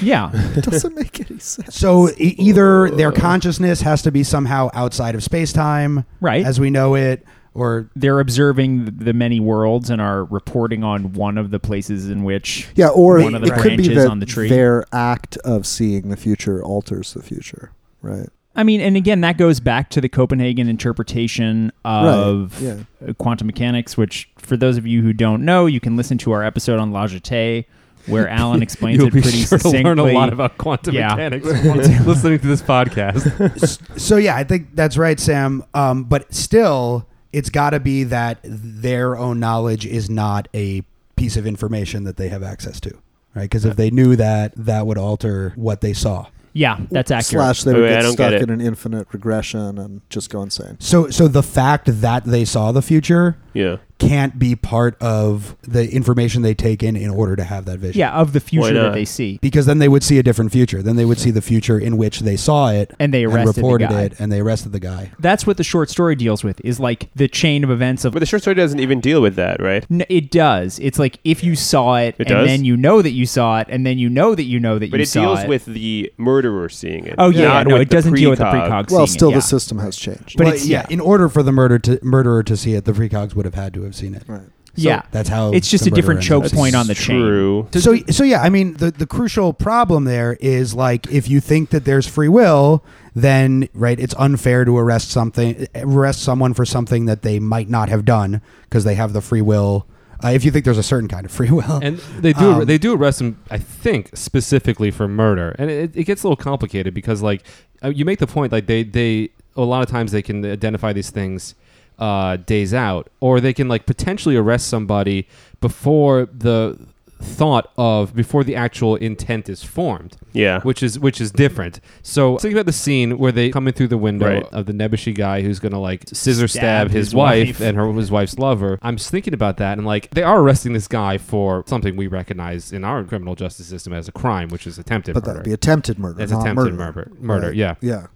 S8: yeah.
S5: It doesn't make any sense.
S9: So e- either their consciousness has to be somehow outside of space time,
S8: Right.
S9: as we know it, or
S8: they're observing th- the many worlds and are reporting on one of the places in which
S5: Yeah, or
S8: One of the
S5: it could be
S8: branches
S5: that
S8: on the tree.
S5: their act of seeing the future alters the future, right?
S8: i mean and again that goes back to the copenhagen interpretation of
S5: yeah.
S8: uh, quantum mechanics which for those of you who don't know you can listen to our episode on logite where alan explains
S6: you'll
S8: it
S6: be
S8: pretty
S6: sure to
S8: succinctly
S6: learn a lot about quantum
S8: Yeah.
S6: mechanics while listening to this podcast.
S9: so. Yeah, I think that's right, Sam. Um, but still, it's got to be that their own knowledge is not a piece of information that they have access to, right? Because if they knew that, that would alter what they saw.
S8: yeah that's accurate
S5: Slash, they
S7: Wait,
S5: would
S7: wait, I
S5: get
S7: don't
S5: stuck
S7: get it.
S5: in an infinite regression and just go insane.
S9: So, so the fact that they saw the future
S7: Yeah.
S9: can't be part of the information they take in in order to have that vision.
S8: yeah of the future
S7: not?
S8: that they see
S9: because then they would see a different future. Then they would see the future in which they saw it
S8: And they arrested the
S9: reported
S8: guy.
S9: it, and they arrested the guy.
S8: that's what the short story deals with is like the chain of events of
S7: But the short story doesn't even deal with that, right?
S8: N- it does. It's like if you saw it,
S7: It
S8: and
S7: does?
S8: then you know that you saw it, and then you know that you know that
S7: But
S8: you
S7: it
S8: saw
S7: deals
S8: it.
S7: with the murderer seeing it.
S8: Oh yeah,
S7: not
S8: no,
S7: with
S8: it doesn't deal with the
S7: precog.
S8: precog.
S5: Well,
S8: seeing it,
S5: still
S8: yeah.
S5: the system has changed.
S8: But
S9: Well,
S8: it's- yeah.
S9: in order for the murder to, murderer to see it, the precogs would have had to have seen it.
S5: right.
S9: So
S8: yeah,
S9: that's how
S8: It's just
S9: the
S8: a different
S9: murderer
S8: choke
S9: ends
S7: That's
S9: up.
S8: point on the chain.
S7: true.
S9: So, so yeah, I mean, the, the crucial problem there is like if you think that there's free will, then right, it's unfair to arrest something, arrest someone for something that they might not have done because they have the free will uh, if you think there's a certain kind of free will.
S6: And they do
S9: Um,
S6: they do arrest him, I think, specifically for murder, and it, it gets a little complicated because like uh, you make the point like they they a lot of times they can identify these things uh, days out, or they can like potentially arrest somebody before the thought of before the actual intent is formed.
S7: Yeah.
S6: which is which is different. So think about the scene where they come in through the window
S7: Right.
S6: of the Nebushi guy who's gonna like scissor
S8: Stab
S6: stab, his,
S8: his
S6: wife,
S8: wife.
S6: and her his wife's lover. I'm just thinking about that and like they are arresting this guy for something we recognize in our criminal justice system as a crime, which is attempted
S5: But that
S6: murder.
S5: would be attempted murder.
S6: It's
S5: not
S6: attempted
S5: murder.
S6: murder. Murder,
S5: Right.
S6: yeah.
S5: Yeah.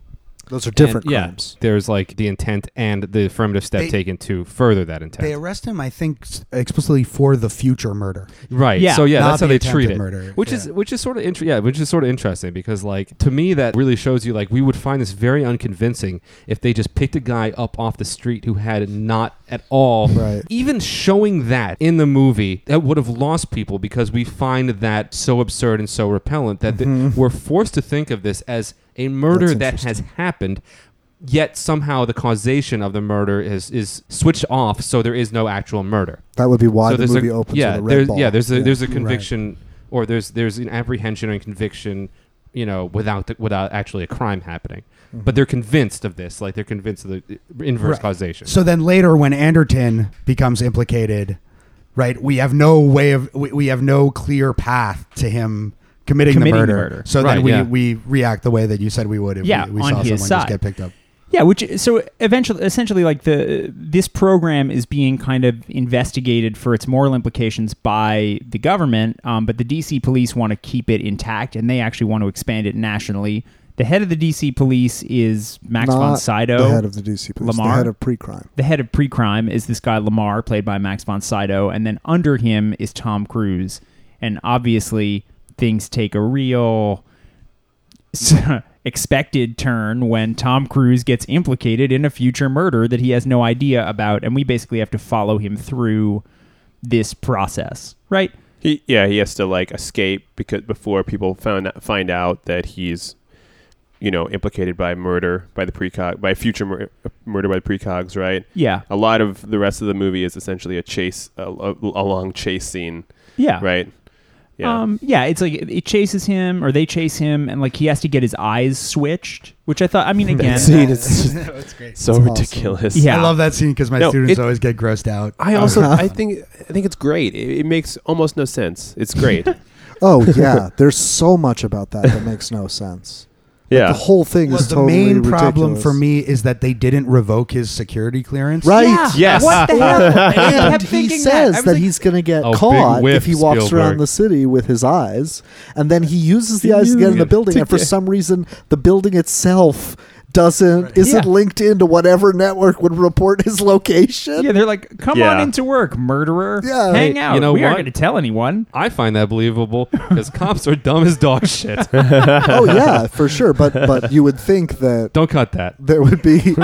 S5: Those are different
S6: And, yeah,
S5: crimes.
S6: There's like the intent and the affirmative step
S9: They-
S6: taken to further that intent.
S9: they arrest him, I think, s- explicitly for the future murder.
S6: Right.
S8: Yeah.
S6: so yeah,
S9: Not
S6: that's how
S9: the
S6: they treat
S9: attempted
S6: it.
S9: murder.
S6: Which
S9: Yeah.
S6: is which is sort of inter- yeah, which is sort of interesting because like to me that really shows you like we would find this very unconvincing if they just picked a guy up off the street who had not at all
S5: Right.
S6: even showing that in the movie that would have lost people because we find that so absurd and so repellent that th- we're forced to think of this as a murder
S5: Mm-hmm. That's
S6: that has happened yet somehow the causation of the murder is is switched off so there is no actual murder
S5: That would be why the
S6: there's
S5: movie
S6: a,
S5: opens
S6: yeah,
S5: with a red
S6: there's,
S5: ball.
S6: Yeah, there's a there's a
S9: Right.
S6: conviction or there's there's an apprehension and conviction, you know, without the, without actually a crime happening. But they're convinced of this, like they're convinced of the uh, inverse
S9: Right.
S6: causation.
S9: So then later, when Anderton becomes implicated, right, we have no way of we, we have no clear path to him committing,
S8: Committing
S9: the
S8: the
S9: murder.
S8: murder.
S9: So
S6: Right,
S9: then we,
S6: yeah.
S9: we react the way that you said we would if
S8: Yeah,
S9: we, we
S8: on
S9: saw
S8: his
S9: someone
S8: side.
S9: just get picked up.
S8: Yeah, which so eventually, essentially, like the this program is being kind of investigated for its moral implications by the government, um, but the DC police want to keep it intact, and they actually want to expand it nationally. The head of the DC police is Max von
S5: Not
S8: Sydow.
S5: the head of the DC police,
S8: Lamar?
S5: the head of pre-crime.
S8: the head of pre-crime is this guy Lamar, played by Max von Sydow, and then under him is Tom Cruise. And obviously, things take a real expected turn when Tom Cruise gets implicated in a future murder that he has no idea about, and we basically have to follow him through this process, right?
S7: He, yeah, he has to like escape because before people found find out that he's, you know, implicated by murder by the precog by future mur- murder by the precogs, right?
S8: Yeah,
S7: A lot of the rest of the movie is essentially a chase, a, a, a long chase scene,
S8: yeah,
S7: right? Yeah,
S8: Um, yeah, it's like it chases him, or they chase him, and like he has to get his eyes switched, which I thought. I mean, again,
S7: scene is so
S5: awesome.
S7: ridiculous.
S8: Yeah.
S9: I love that scene because my
S7: No,
S9: students
S7: it-
S9: always get grossed out. Uh-huh.
S7: I also I think I think it's great. It, it makes almost no sense. It's great.
S5: Oh yeah, there's so much about that that makes no sense.
S7: yeah.
S5: The whole thing
S9: Well,
S5: is
S9: the
S5: totally
S9: main problem
S5: ridiculous.
S9: for me is that they didn't revoke his security clearance.
S5: Right.
S8: Yeah.
S7: Yes.
S8: What the hell? I
S5: And
S8: kept
S5: he
S8: thinking
S5: says
S8: I was
S5: that,
S8: like,
S5: he's going to get
S6: Oh, big
S5: caught
S6: whiff,
S5: if he walks
S6: Spielberg.
S5: around the city with his eyes, and then he uses the eyes to get in the building. And for some reason, the building itself doesn't isn't
S8: Yeah.
S5: linked into whatever network would report his location.
S8: Yeah, they're like, come on
S7: Yeah.
S8: into work, murderer.
S5: Yeah.
S8: hang
S6: Hey,
S8: out.
S6: you know
S8: we aren't
S6: what?
S8: going to tell anyone.
S6: I find that believable because cops are dumb as dog shit.
S5: oh yeah, for sure. But but you would think that
S6: Don't cut that.
S5: there would be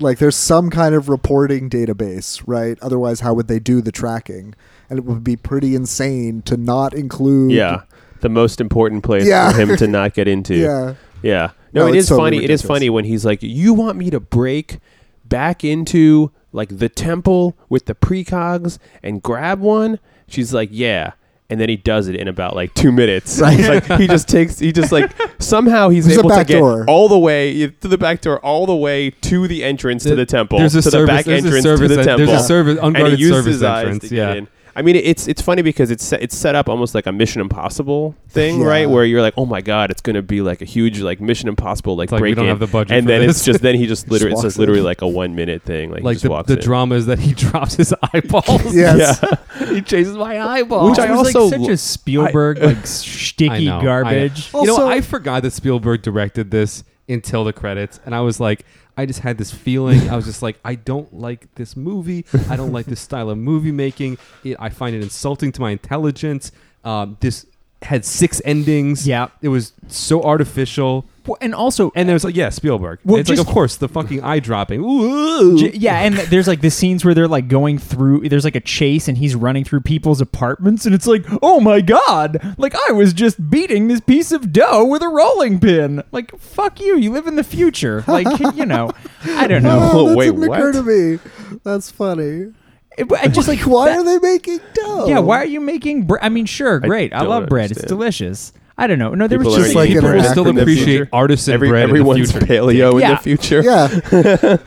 S5: like there's some kind of reporting database, right? Otherwise, how would they do the tracking? And it would be pretty insane to not include.
S7: Yeah. The most important place
S5: Yeah.
S7: for him to not get into.
S5: Yeah.
S7: Yeah. No,
S5: No,
S7: it
S5: it's
S7: is
S5: totally
S7: funny. It is
S5: ridiculous.
S7: funny when he's like, "You want me to break back into like the temple with the precogs and grab one?" She's like, "Yeah." And then he does it in about like two minutes. Right. like he just takes, he just like somehow he's
S5: There's a
S7: able to
S5: back
S7: get
S5: door.
S7: all the way to the back door, all the way to the entrance to the temple.
S6: There's a
S7: to
S6: service.
S7: the back
S6: there's
S7: entrance
S6: a service.
S7: to the
S6: en-
S7: temple.
S6: There's a service
S7: and
S6: unguarded
S7: he used
S6: service
S7: his eyes
S6: entrance.
S7: to
S6: yeah.
S7: get in. I mean, it's it's funny because it's set, it's set up almost like a Mission Impossible thing,
S5: Yeah.
S7: right? Where you're like, oh my god, it's gonna be like a huge like Mission Impossible like
S6: It's like, we
S7: break
S6: don't
S7: in,
S6: have the budget
S7: and
S6: for
S7: then it's
S6: this.
S7: just then he just literally it's
S5: walks
S7: just literally
S5: in.
S7: like a one minute thing, like, he
S6: Like
S7: just
S6: the,
S7: walks
S6: the
S7: in.
S6: drama is that he drops his eyeballs.
S5: Yes.
S7: Yeah,
S6: he chases my eyeballs.
S7: Which I
S8: It was,
S7: also-
S8: like such a Spielberg like sticky
S6: I know.
S8: garbage.
S6: I- you know,
S5: Also-
S6: I forgot that Spielberg directed this until the credits, and I was like, I just had this feeling. I was just like, I don't like this movie. I don't like this style of movie making. It, I find it insulting to my intelligence. Um, this had six endings.
S8: Yeah.
S6: it was so artificial.
S8: Well, and also,
S6: And there's like, yeah, Spielberg.
S8: Well,
S6: it's
S8: just-
S6: like, of course, the fucking eye dropping. Ooh.
S8: j- yeah, and there's like the scenes where they're like going through. There's like a chase, and he's running through people's apartments, and it's like, oh my god, like I was just beating this piece of dough with a rolling pin. Like fuck you, you live in the future. Like you know, I don't know.
S5: Oh, that
S7: Wait,
S5: didn't occur
S7: what?
S5: to me. That's funny.
S8: It- I just like
S5: Why
S8: that-
S5: are they making dough?
S8: Yeah, why are you making? Bre- I mean, sure, great. I,
S7: don't
S8: love bread. It's
S7: understand.
S8: delicious. I don't know. No, there was
S7: People
S8: just
S7: are
S5: like
S8: like
S5: eating
S6: People
S5: an
S6: will still
S5: acronym.
S6: appreciate artisan
S7: Every,
S6: bread in the
S7: everyone's
S6: future.
S7: paleo in
S8: Yeah.
S7: the future.
S5: Yeah. No,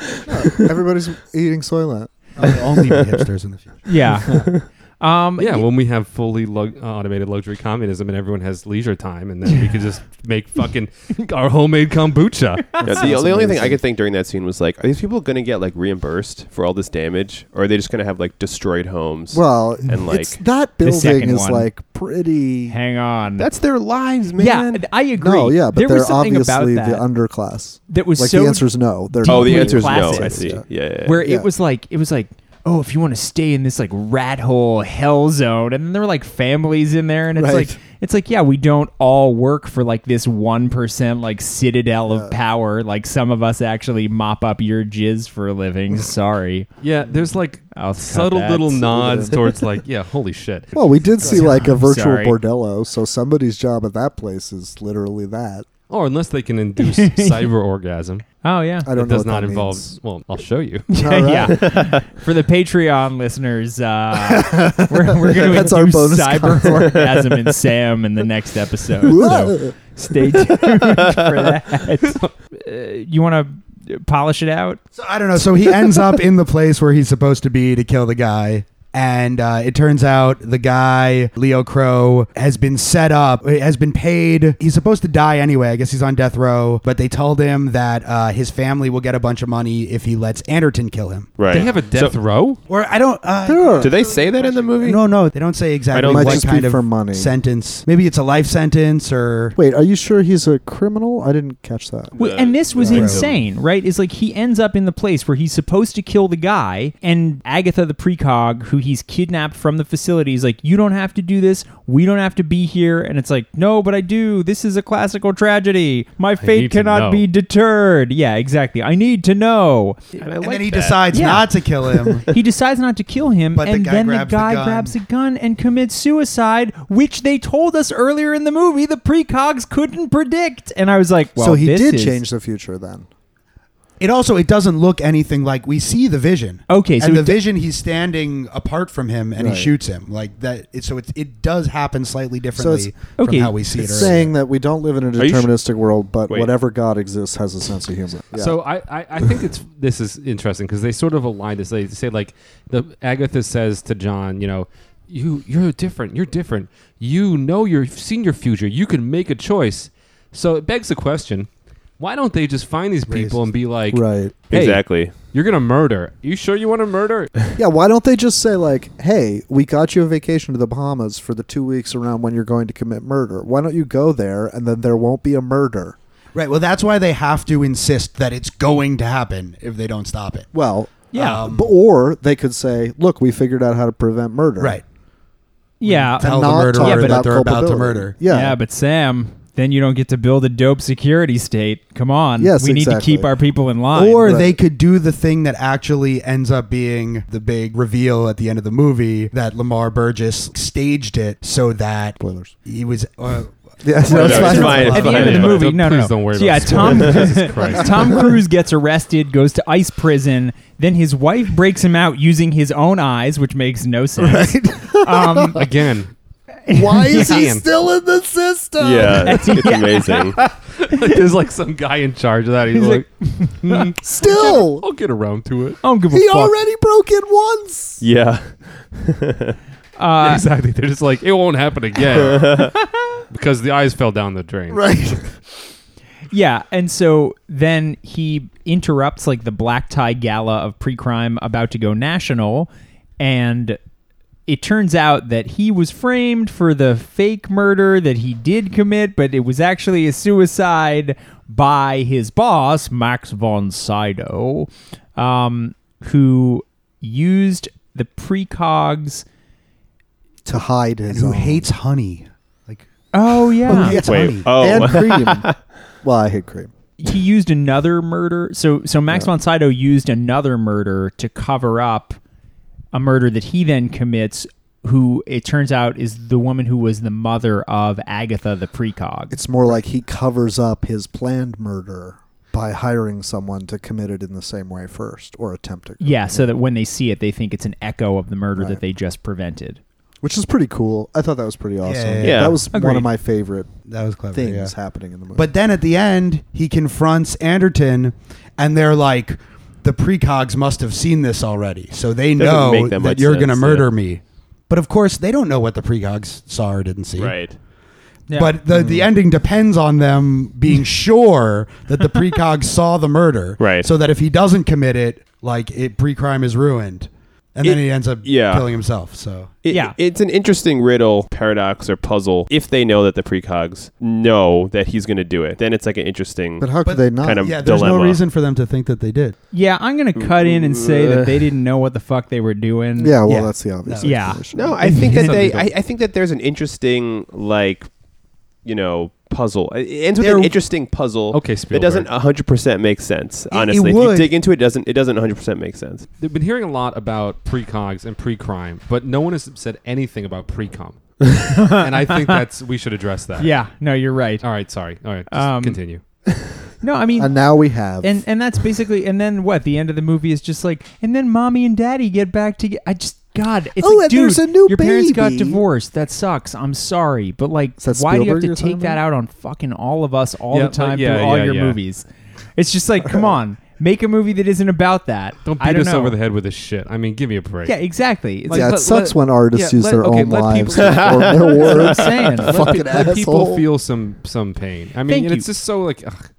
S5: everybody's eating Soylent.
S9: I'll only be hipsters in the future.
S8: yeah. Um,
S6: Yeah, when we have fully lug- uh, automated luxury communism and everyone has leisure time, and then we could just make fucking our homemade kombucha.
S7: Yeah, the, the only thing I could think during that scene was like, are these people going to get like reimbursed for all this damage, or are they just going to have like destroyed homes?
S5: Well,
S7: And,
S5: it's,
S7: like,
S5: that
S8: the
S5: building
S8: second
S5: is
S8: one.
S5: like pretty.
S8: hang on.
S7: that's their lives, man.
S8: yeah, th- I agree.
S5: No, yeah, but
S8: there
S5: they're
S8: was something about
S5: obviously
S8: that
S5: the underclass.
S8: that was
S5: Like
S8: so
S5: the answer is no. They're
S7: oh, the
S8: deeply
S7: answer is no.
S8: classist.
S7: I see. Yeah. yeah, yeah.
S8: where
S5: Yeah.
S8: it was like it was like oh if you want to stay in this like rat hole hell zone and then there were like families in there and it's
S5: Right.
S8: like it's like yeah we don't all work for like this 1% like citadel of power like some of us actually mop up your jizz for a living sorry
S6: Yeah, there's like
S8: I'll cut
S6: subtle
S8: that.
S6: little nods towards like, yeah, holy shit.
S5: Well, we did see like a virtual
S8: Sorry.
S5: bordello, so somebody's job at that place is literally that.
S6: Or unless they can induce cyber orgasm,
S8: oh yeah
S5: I don't
S6: it
S5: know.
S6: does
S5: what
S6: not
S5: that
S6: involve.
S5: means.
S6: Well, I'll show you.
S5: Uh, All right.
S8: yeah for the patreon listeners uh we're, we're gonna
S5: That's our
S8: induce
S5: bonus
S8: cyber orgasm and sam in the next episode so
S5: Whoa.
S8: stay tuned for that Uh, you want to polish it out
S9: So I don't know. So he ends up in the place where he's supposed to be to kill the guy. And uh, it turns out the guy, Leo Crow, has been set up, uh, has been paid. He's supposed to die anyway. I guess he's on death row. But they told him that uh, his family will get a bunch of money if he lets Anderton kill him.
S7: right.
S6: They have a death row.
S9: Or I don't. Uh,
S5: Sure.
S7: Do they say that in the movie?
S9: No, no, they don't say exactly
S7: don't like-
S9: what
S7: Might just
S9: kind
S5: be
S9: of
S5: for money.
S9: sentence. Maybe it's a life sentence or
S5: Wait, are you sure he's a criminal? I didn't catch that.
S8: Well, and this was
S9: Right.
S8: insane, right? Is like he ends up in the place where he's supposed to kill the guy, and Agatha the precog, who he's kidnapped from the facility, is like, "You don't have to do this. We don't have to be here." And it's like, "No, but I do. This is a classical tragedy. My
S6: need
S8: fate
S6: to know."
S8: cannot be deterred." Yeah, exactly. I need to know.
S7: And, I
S9: and
S7: like
S9: then he
S7: that.
S9: decides
S8: Yeah.
S9: not to kill him.
S8: He decides not to kill him,
S9: But the
S8: and
S9: guy
S8: then the
S9: grabs the
S8: guy
S9: gun.
S8: grabs a gun and commits suicide, which they told us earlier in the movie the precogs couldn't predict. And I was like, "Well,
S5: so he
S8: this
S5: did
S8: is-
S5: change the future then.
S9: it also it doesn't look anything like we see the vision.
S8: Okay, so
S9: and the
S8: it d-
S9: vision he's standing apart from him and
S5: Right.
S9: he shoots him like that. It, so it it does happen slightly differently from
S8: okay,
S9: how we see
S5: It's
S9: it.
S5: saying that we don't live in a
S7: Are you sh-
S5: deterministic world, but
S7: Wait.
S5: whatever God exists has a sense of humor. Yeah.
S6: So I, I, I think it's this is interesting because they sort of align this. They say like the Agatha says to John, you know, you you're different. You're different. You know you're you've seen your future. You can make a choice. So it begs the question: Why don't they just find these people and be like,
S5: right.
S6: hey,
S7: Exactly.
S6: You're gonna murder. You sure you want to murder?
S5: Yeah, why don't they just say like, "Hey, we got you a vacation to the Bahamas for the 2 weeks around when you're going to commit murder. Why don't you go there and then there won't be a murder?"
S9: right. Well, that's why they have to insist that it's going to happen if they don't stop it.
S5: Well,
S8: Yeah.
S9: Um,
S5: b- or they could say, "Look, we figured out how to prevent murder."
S9: right.
S8: yeah, um,
S9: Tell the
S5: not
S9: murderer
S5: talk
S9: that
S5: about
S9: they're about to
S5: culpability.
S9: murder.
S5: Yeah.
S8: Yeah, but Sam, then you don't get to build a dope security state. Come on.
S5: Yes,
S8: we need to
S5: exactly.
S8: keep our people in line.
S9: Or
S5: Right.
S9: they could do the thing that actually ends up being the big reveal at the end of the movie that Lamar Burgess staged it so that
S5: Spoilers.
S9: he was. Uh,
S5: Yeah, no,
S7: No,
S5: it's
S7: it's
S5: fine.
S7: fine.
S8: at the end of the
S6: Don't-
S8: movie, no, no,
S6: please
S8: no.
S6: don't worry
S8: So, yeah,
S6: about
S8: Tom,
S6: spoilers. Jesus Christ.
S8: Tom Cruise gets arrested, goes to ICE prison. Then his wife breaks him out using his own eyes, which makes no sense. Um,
S6: Again,
S5: Why is he
S6: Damn.
S5: still in the system?
S7: Yeah, it's, it's amazing.
S6: like, there's like some guy in charge of that. He's,
S8: He's
S6: like, "Hmm,
S8: like,
S5: Still. Oh,
S6: I'll get around to it.
S8: I don't give a
S5: He
S8: fuck.
S5: already broke in once.
S7: Yeah.
S8: Uh,
S6: exactly. They're just like, it won't happen again because the eyes fell down the drain.
S5: Right.
S8: Yeah, and so then he interrupts like the black tie gala of pre-crime about to go national, and it turns out that he was framed for the fake murder that he did commit, but it was actually a suicide by his boss Max von Sydow, um, who used the precogs.
S5: to hide his
S9: who
S5: own.
S9: hates honey? Like
S8: Oh yeah,
S9: who hates honey?
S7: Wait.
S5: and
S7: Oh.
S5: cream. well, I hate cream.
S8: he used another murder. So so Max von Sydow used another murder to cover up a murder that he then commits. Who it turns out is the woman who was the mother of Agatha the precog.
S5: It's more like he covers up his planned murder by hiring someone to commit it in the same way first or attempt to,
S8: Yeah, so that when they see it, they think it's an echo of the murder
S5: Right.
S8: that they just prevented.
S5: which is pretty cool. I thought that was pretty awesome.
S9: yeah,
S7: yeah.
S5: that was one
S8: Agreed.
S5: of my favorite
S9: That was clever.
S5: things
S9: yeah.
S5: happening in the movie.
S9: But then at the end, he confronts Anderton, and they're like, "The precogs must have seen this already, so they
S7: Doesn't
S9: know
S7: make that
S9: that,
S7: much
S9: you're going to
S7: sense,
S9: murder
S7: yeah.
S9: me." But of course, they don't know what the precogs saw or didn't see.
S7: Right.
S9: But the, the ending depends on them being sure that the precog saw the murder.
S7: Right.
S9: So that if he doesn't commit it, like it pre-crime is ruined. And then
S7: It-
S9: he ends up
S7: yeah.
S9: killing himself. So
S7: It-
S8: Yeah.
S7: It's an interesting riddle, paradox, or puzzle. If they know that the precogs know that he's going to do it, then it's like an interesting.
S5: But how
S9: But
S5: could they not?
S7: kind of-
S9: yeah, there's no
S7: dilemma.
S9: reason for them to think that they did.
S8: Yeah, I'm gonna cut in and say that they didn't know what the fuck they were doing.
S5: yeah, well,
S9: Yeah.
S5: that's the obvious.
S9: No.
S8: Yeah.
S5: explanation.
S7: no, I think that
S8: Some
S7: they.
S8: people.
S7: I, I think that there's an interesting, like, you know, puzzle. It ends with an
S9: There-
S7: interesting puzzle.
S6: Okay,
S7: It
S6: Spielberg.
S7: doesn't 100% make sense.
S9: it
S7: Honestly, if you
S9: would.
S7: dig into it, it doesn't it doesn't 100% make sense?
S6: They've been hearing a lot about precogs and pre-crime, but no one has said anything about pre-com. and I think that's we should address that.
S8: Yeah, no, you're right.
S6: All right. Sorry. All right. just
S8: Um,
S6: continue.
S8: No, I mean,
S5: And now we have.
S8: and and that's basically, and then what? The end of the movie is just like, and then mommy and daddy get back to. I just God, it's
S5: Oh,
S8: like,
S5: and
S8: dude,
S5: there's a new
S8: your parents got
S5: baby.
S8: divorced. That sucks. I'm sorry, but like,
S5: that
S8: why do you have
S5: Spielberg
S8: to
S5: you're
S8: take
S5: talking
S8: that out on fucking all of us all
S6: Yeah,
S8: the time
S6: like, yeah,
S8: through all
S6: yeah,
S8: your
S6: yeah.
S8: movies? It's just like, come on, make a movie that isn't about that.
S6: Don't beat
S8: I don't
S6: us
S8: know.
S6: over the head with this shit. I mean, give me a break.
S8: Yeah, exactly. It's
S5: yeah,
S8: like,
S5: it sucks when artists
S6: yeah,
S5: use
S6: let-
S5: their
S6: okay,
S5: own
S6: let
S5: lives
S6: people-
S5: to form their
S8: I'm
S5: words.
S8: saying. Let
S5: Fucking
S6: Let people
S5: asshole.
S6: feel some some pain. I mean,
S8: Thank
S6: and it's
S8: you.
S6: just so like. Ugh.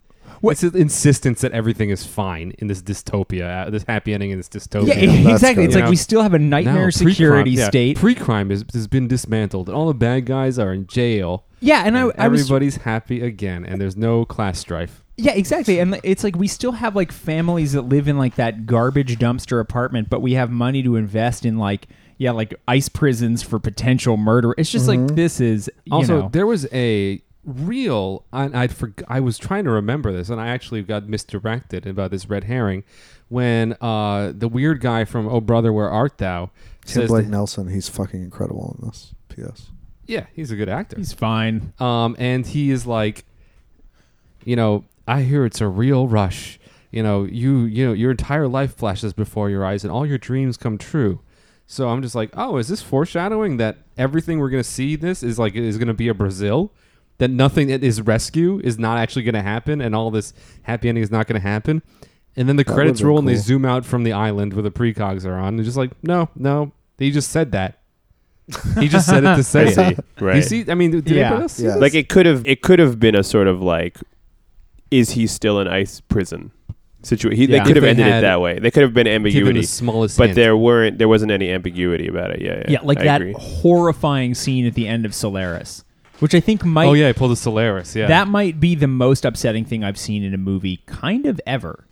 S6: What's the insistence that everything is fine in this dystopia, uh, this happy ending in this dystopia?
S8: Yeah,
S5: that's
S8: exactly.
S5: good.
S8: It's
S6: You
S8: like
S6: know?
S8: we still have a nightmare security state.
S6: Pre-crime is, has been dismantled, and all the bad guys are in jail.
S8: yeah, and I,
S6: and
S8: I was
S6: everybody's happy again, and there's no class strife.
S8: yeah, exactly. And it's like we still have like families that live in like that garbage dumpster apartment, but we have money to invest in like yeah, like ice prisons for potential murder. It's just like this is you
S6: Also,
S8: know.
S6: there was a real. And I'd forg- I was trying to remember this, and I actually got misdirected about this red herring when uh, the weird guy from Oh Brother, Where Art Thou
S5: Tim
S6: says,
S5: Blake Nelson, he's fucking incredible in this. P.S.
S6: "Yeah, he's a good actor."
S8: He's fine.
S6: um, and he is like, you know, I hear it's a real rush. You know, you you know, your entire life flashes before your eyes, and all your dreams come true. So I'm just like, oh, is this foreshadowing that everything we're gonna see this is like is gonna be a Brazil? That nothing that is rescue is not actually gonna happen, and all this happy ending is not gonna happen. And then the
S5: would've
S6: credits
S5: been
S6: roll, and they
S5: cool.
S6: zoom out from the island where the precogs are on, and just like, no, no, he just said that. He just said it to
S7: I
S6: say it.
S7: see. Right.
S6: You see, I mean, did
S8: Yeah.
S6: anybody else see
S5: Yeah.
S6: this?
S7: Like it could have it could have been a sort of like is he still in ice prison situation.
S8: Yeah.
S7: They could
S6: If
S7: have
S6: they
S7: ended it
S6: had
S7: that way. They could have been
S6: given
S7: ambiguity.
S6: the smallest
S7: But
S6: hint.
S7: there weren't there wasn't any ambiguity about it. Yeah, yeah.
S8: Yeah, like
S7: I
S8: that
S7: agree.
S8: horrifying scene at the end of Solaris, which I think might
S6: oh yeah, he pulled a Solaris. Yeah,
S8: that might be the most upsetting thing I've seen in a movie kind of ever.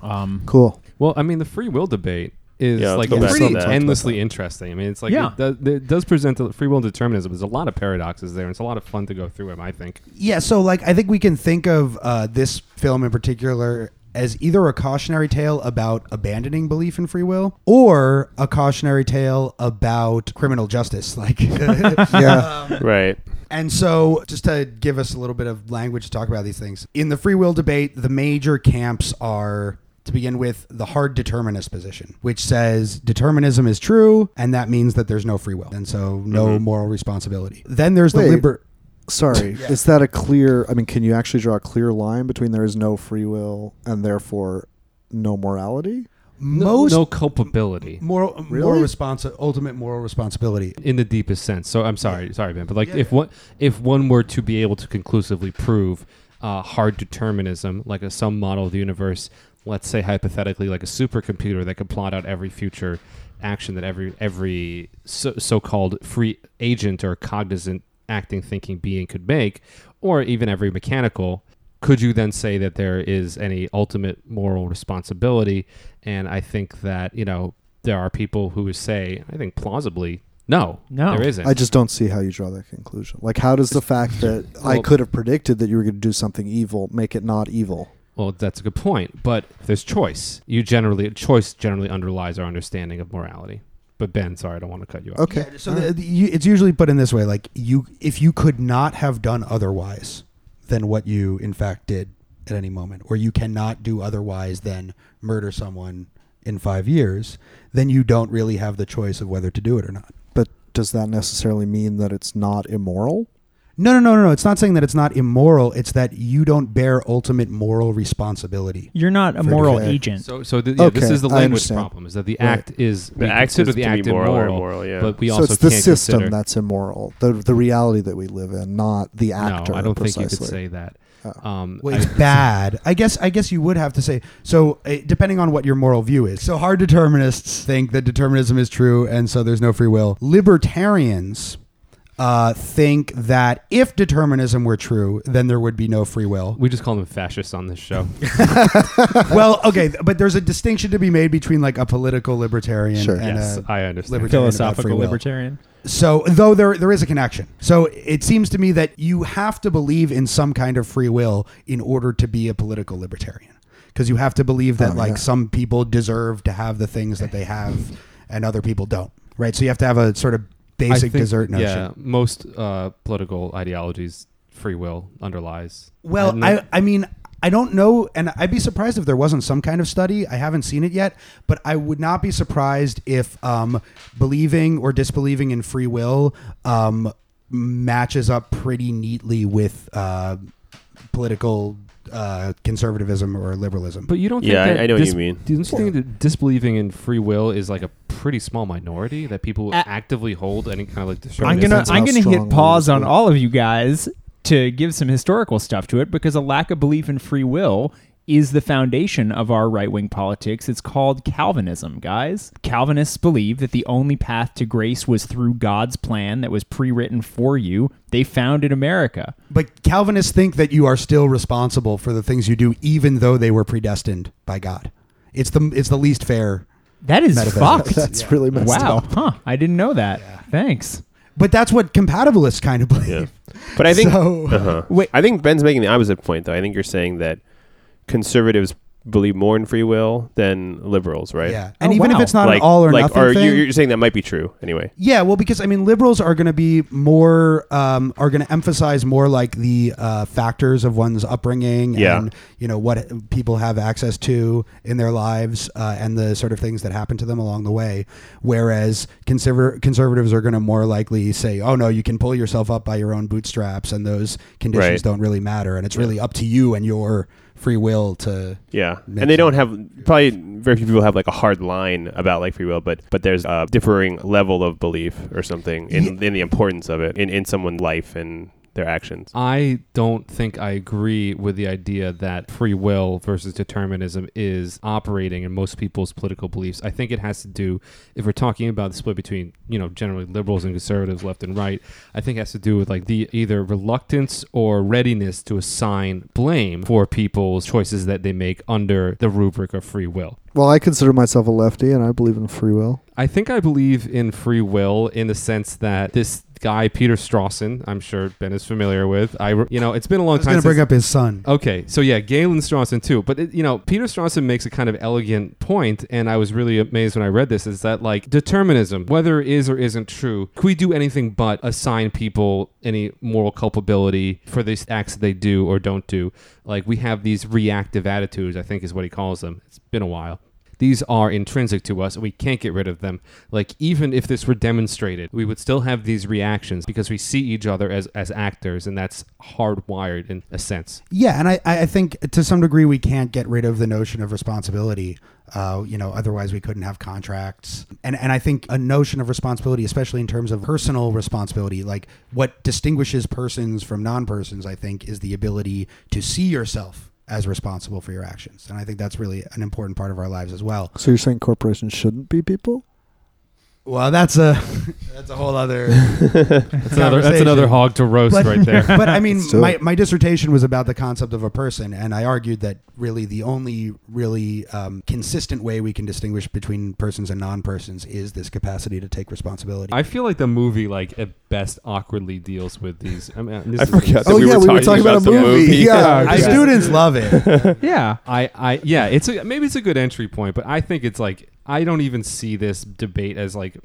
S8: Um,
S5: Cool.
S6: Well, I mean, the free will debate is
S7: Yeah, let's
S6: like
S7: go back
S6: pretty
S7: to that.
S6: endlessly interesting. I mean, it's like
S8: Yeah.
S6: it, does, it does present the free will and determinism. There's a lot of paradoxes there. and It's a lot of fun to go through them. I think.
S9: Yeah, so like I think we can think of uh, this film in particular as either a cautionary tale about abandoning belief in free will or a cautionary tale about criminal justice. Like,
S5: Yeah.
S7: right.
S9: and so just to give us a little bit of language to talk about these things in the free will debate, the major camps are. To begin with, the hard determinist position, which says determinism is true, and that means that there's no free will, and so no
S6: Mm-hmm.
S9: moral responsibility. Then there's the
S5: Wait.
S9: liber.
S5: Sorry. Is that a clear? I mean, can you actually draw a clear line between there is no free will and therefore no morality?
S9: Most
S6: no culpability
S9: moral moral
S5: Really?
S9: responsi- ultimate moral responsibility.
S6: in the deepest sense. So I'm sorry, sorry, man, but like if one if one were to be able to conclusively prove uh, hard determinism, like a some model of the universe, let's say hypothetically, like a supercomputer that could plot out every future action that every every so, so-called free agent or cognizant acting thinking being could make, or even every mechanical. Could you then say that there is any ultimate moral responsibility? And I think that you know there are people who say, I think plausibly, no,
S8: No.
S6: there isn't.
S5: I just don't see how you draw that conclusion. Like, how does the fact that I
S6: Well-
S5: could have predicted that you were going to do something evil make it not evil?
S6: Well, that's a good point, but there's choice. You generally choice generally underlies our understanding of morality. But Ben, sorry, I don't want to cut you off.
S5: Okay.
S9: Yeah, so the, the, you, it's usually put in this way: like you, if you could not have done otherwise than what you in fact did, at any moment, or you cannot do otherwise than murder someone in five years, then you don't really have the choice of whether to do it or not.
S5: But does that necessarily mean that it's not immoral?
S9: No, no, no, no, no. It's not saying that it's not immoral. It's that you don't bear ultimate moral responsibility.
S8: You're not a
S9: Fair to
S8: moral
S9: say.
S8: agent.
S6: So, so the, yeah, this
S5: Okay,
S6: is the
S5: I
S6: language
S5: understand.
S6: problem: is that the
S5: Right.
S6: act is we
S7: act
S6: consider
S7: is
S6: the
S7: to
S6: act
S7: be moral or
S6: immoral,
S7: immoral, yeah.
S6: but we
S5: so
S6: also
S5: it's the
S6: can't
S5: system
S6: consider.
S5: that's immoral, the the reality that we live in, not the actor.
S6: no, I don't
S5: precisely. Oh.
S6: think you could say that. Um,
S9: Well,
S6: I-
S9: it's bad. I guess. I guess you would have to say so, uh, depending on what your moral view is. So, hard determinists think that determinism is true, and so there's no free will. Libertarians uh, think that if determinism were true, then there would be no free will.
S6: we just call them fascists on this show.
S9: well, okay, th- but there's a distinction to be made between like a political libertarian
S5: Sure.
S9: and
S6: yes,
S9: a
S6: I understand.
S9: libertarian about free
S8: Philosophical
S9: will.
S8: libertarian.
S9: So, though there there is a connection. So, it seems to me that you have to believe in some kind of free will in order to be a political libertarian, because you have to believe that
S5: Oh,
S9: like
S5: yeah.
S9: some people deserve to have the things that they have, and other people don't. Right. So you have to have a sort of
S6: I
S9: basic
S6: think,
S9: desert notion.
S6: Yeah, most uh, political ideologies, free will underlies.
S9: Well,
S6: And
S9: I, I mean, I don't know, and I'd be surprised if there wasn't some kind of study. I haven't seen it yet, but I would not be surprised if um, believing or disbelieving in free will um, matches up pretty neatly with uh, political uh, conservatism or liberalism.
S6: But you don't think
S7: Yeah, I-
S6: that
S7: I know what you mean.
S6: Don't you think that disbelieving in free will is like a pretty small minority that people
S8: A-
S6: actively hold any kind of like
S8: I'm
S6: determinism?
S8: gonna
S5: Depends
S8: I'm
S5: how
S8: gonna
S5: strong
S8: hit pause
S5: we
S8: on
S5: feel.
S8: all of you guys to give some historical stuff to it because a lack of belief in free will is the foundation of our right wing politics. It's called Calvinism, guys. Calvinists believe that the only path to grace was through God's plan that was pre written for you. They founded America.
S9: but Calvinists think that you are still responsible for the things you do, even though they were predestined by God. It's the it's the least fair
S8: That is
S9: Metaphysics.
S8: fucked.
S5: That's really messed
S8: wow.
S5: up.
S8: Huh. I didn't know that. Thanks.
S9: But that's what compatibilists kind of believe.
S7: But I think
S9: So-
S7: uh-huh.
S8: Wait.
S7: I think Ben's making the opposite point though. I think you're saying that conservatives believe more in free will than liberals, right?
S9: Yeah, and
S8: Oh,
S9: even
S8: wow.
S9: if it's not
S7: like,
S9: an all or
S7: like,
S9: nothing
S7: or
S9: thing,
S7: You're, you're saying that might be true anyway.
S9: yeah. Well, because I mean, liberals are going to be more um, are going to emphasize more like the uh, factors of one's upbringing
S7: Yeah.
S9: and you know what people have access to in their lives uh, and the sort of things that happen to them along the way. Whereas conserv- conservatives are going to more likely say, "Oh no, you can pull yourself up by your own bootstraps, and those conditions
S7: Right.
S9: don't really matter, and it's really up to you and your free will to."
S7: Yeah,
S9: Makes
S7: and they don't have probably very few people have like a hard line about like free will, but but there's a differing level of belief or something in, in the importance of it in in someone's life and their actions.
S6: I don't think I agree with the idea that free will versus determinism is operating in most people's political beliefs. I think it has to do, if we're talking about the split between, you know, generally liberals and conservatives, left and right, I think it has to do with like the either reluctance or readiness to assign blame for people's choices that they make under the rubric of free will.
S5: Well, I consider myself a lefty, and I believe in free will.
S6: I think I believe in free will in the sense that this guy Peter Strawson, I'm sure Ben is familiar with. I, you know, it's been a
S9: I
S6: long
S9: was
S6: time.
S9: going to
S6: since-
S9: bring up his son.
S6: Okay, so yeah, Galen Strawson too. But it, you know, Peter Strawson makes a kind of elegant point, and I was really amazed when I read this. Is that like determinism, whether it is or isn't true, can we do anything but assign people any moral culpability for these acts that they do or don't do? Like we have these reactive attitudes, I think is what he calls them. It's been a while. These are intrinsic to us and we can't get rid of them. Like, even if this were demonstrated, we would still have these reactions because we see each other as, as actors, and that's hardwired in a sense.
S9: Yeah, and I, I I think to some degree we can't get rid of the notion of responsibility. Uh, you know, otherwise we couldn't have contracts. And and I think a notion of responsibility, especially in terms of personal responsibility, like what distinguishes persons from non-persons, I think, is the ability to see yourself as responsible for your actions. And I think that's really an important part of our lives as well.
S5: So you're saying corporations shouldn't be people?
S9: Well, that's a that's a whole other
S6: That's another, that's another hog to roast
S9: But-
S6: right there.
S9: but I mean,
S5: Let's do
S9: my,
S5: it.
S9: my dissertation was about the concept of a person, and I argued that really the only really um, consistent way we can distinguish between persons and non persons is this capacity to take responsibility.
S6: I feel like the movie, like at best, awkwardly deals with these. I mean, this
S7: I
S6: is-
S7: forgot that
S5: Oh,
S7: we,
S5: yeah,
S7: were,
S5: we
S7: talking
S5: were talking about a
S7: the
S5: movie. Yeah,
S9: The
S5: I-
S9: students love it.
S8: Yeah.
S6: I, I, yeah, it's a, maybe it's a good entry point, but I think it's like I don't even see this debate as like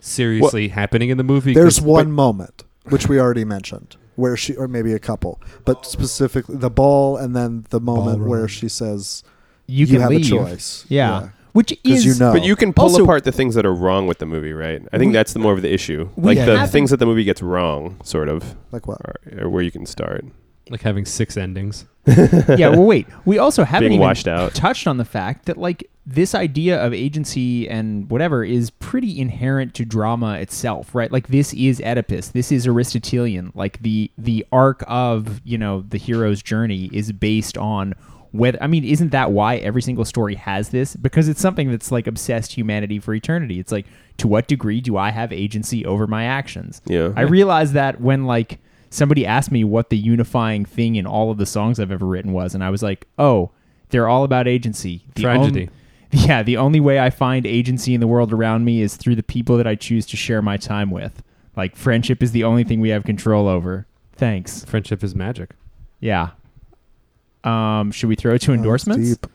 S6: seriously happening in the movie.
S5: There's
S6: 'cause-
S5: one moment which we already mentioned. where she, or maybe a couple, but specifically the ball and then the moment
S9: Ballroom.
S5: where she says,
S8: You
S5: "You,
S8: can
S5: have
S8: leave.
S5: a choice."
S8: Yeah. Which is
S5: because you know.
S7: But you can pull
S8: Also-
S7: apart the things that are wrong with the movie, right? I think that's the more of the issue,
S8: we
S7: like the
S8: haven't-
S7: things that the movie gets wrong, sort of,
S5: like what?
S7: or, or where you can start.
S6: Like having six endings.
S8: yeah, well, wait. We also haven't
S7: Being
S8: even
S7: washed out.
S8: touched on the fact that like this idea of agency and whatever is pretty inherent to drama itself, right? Like this is Oedipus, this is Aristotelian. Like the the arc of you know the hero's journey is based on whether I mean, isn't that why every single story has this? Because it's something that's like obsessed humanity for eternity. It's like to what degree do I have agency over my actions?
S7: Yeah.
S8: I realized that when like somebody asked me what the unifying thing in all of the songs I've ever written was, and I was like, oh, they're all about agency. The
S6: Tragedy.
S8: on- yeah, the only way I find agency in the world around me is through the people that I choose to share my time with. Like friendship is the only thing we have control over. Thanks.
S6: Friendship is magic.
S8: Yeah. Um, should we throw to
S5: Oh, that's
S8: endorsements?
S5: deep.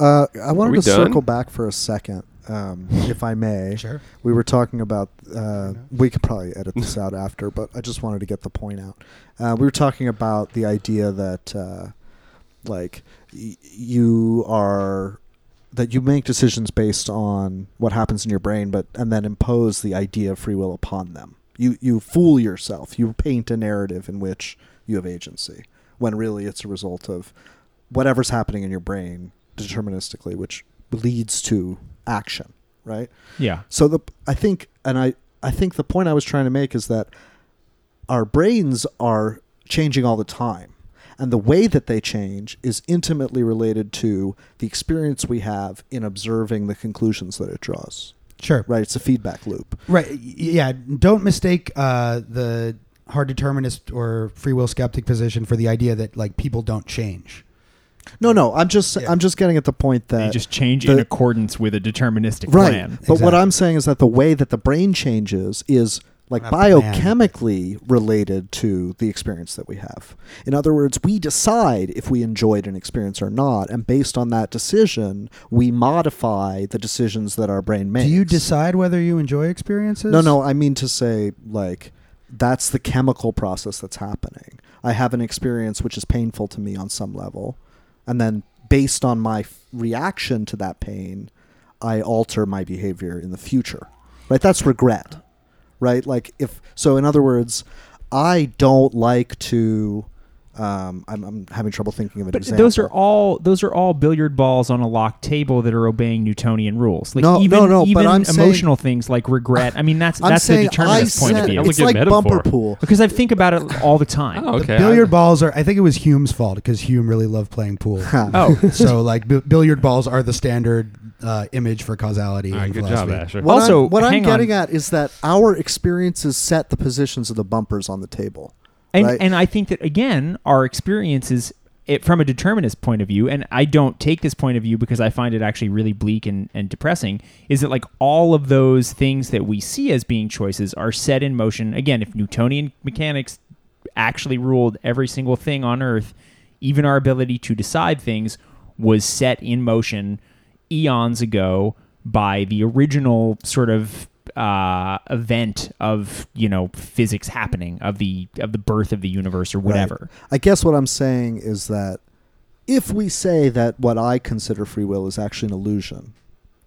S5: Uh, I
S7: Are
S5: wanted
S7: we
S5: to
S7: done?
S5: circle back for a second, um, if I may.
S9: Sure.
S5: We were talking about. Uh, we could probably edit this out after, but I just wanted to get the point out. Uh, we were talking about the idea that, uh, like, y- you are that you make decisions based on what happens in your brain, but and then impose the idea of free will upon them. You you fool yourself. You paint a narrative in which you have agency, when really it's a result of whatever's happening in your brain deterministically, which leads to action, right?
S8: Yeah.
S5: So the I think and I I think the point I was trying to make is that our brains are changing all the time. And the way that they change is intimately related to the experience we have in observing the conclusions that it draws.
S9: Sure.
S5: Right? It's a feedback loop.
S9: Right. y- Yeah. Don't mistake uh, the hard determinist or free will skeptic position for the idea that like people don't change.
S5: No, no, I'm just
S9: Yeah.
S5: I'm just getting at the point that
S8: You just change in
S5: the-
S8: accordance with a deterministic
S5: right.
S8: plan.
S5: But what
S9: Exactly.
S5: I'm saying is that the way that the brain changes is like
S9: Not the plan.
S5: biochemically related to the experience that we have. In other words, we decide if we enjoyed an experience or not, and based on that decision, we modify the decisions that our brain makes.
S9: Do you decide whether you enjoy experiences?
S5: No, no, I mean to say like that's the chemical process that's happening. I have an experience which is painful to me on some level, and then based on my f- reaction to that pain, I alter my behavior in the future. Right? That's regret. Right? Like if so in other words, I don't like to um, I'm, I'm having trouble thinking of an
S8: But
S5: example.
S8: those are all those are all billiard balls on a locked table that are obeying Newtonian rules. Like
S5: No,
S8: even,
S5: no, no, but
S8: even
S5: I'm saying-
S8: emotional things like regret. I mean, that's
S5: I'm
S8: that's the
S5: saying I
S8: determinist point
S5: said,
S8: of view.
S6: That was
S5: it's
S6: a good
S5: like bumper
S6: metaphor.
S5: pool.
S8: because I think about it all the time.
S6: Oh, okay.
S9: The billiard balls are. I think it was Hume's fault because Hume really loved playing pool.
S8: Oh.
S9: so like b- billiard balls are the standard uh, image for causality.
S6: All right,
S9: in
S6: good job,
S9: philosophy.
S6: Asher.
S5: What
S8: Also,
S5: I'm, what I'm
S8: hang
S5: getting
S8: on.
S5: at is that our experiences set the positions of the bumpers on the table.
S8: and
S5: right?
S8: and I think that again, our experiences it from a determinist point of view, and I don't take this point of view because I find it actually really bleak and, and depressing, is that like all of those things that we see as being choices are set in motion. Again, if Newtonian mechanics actually ruled every single thing on Earth, even our ability to decide things was set in motion eons ago by the original sort of uh, event of you know physics happening of the of the birth of the universe or whatever.
S5: I guess what I'm saying is that if we say that what I consider free will is actually an illusion,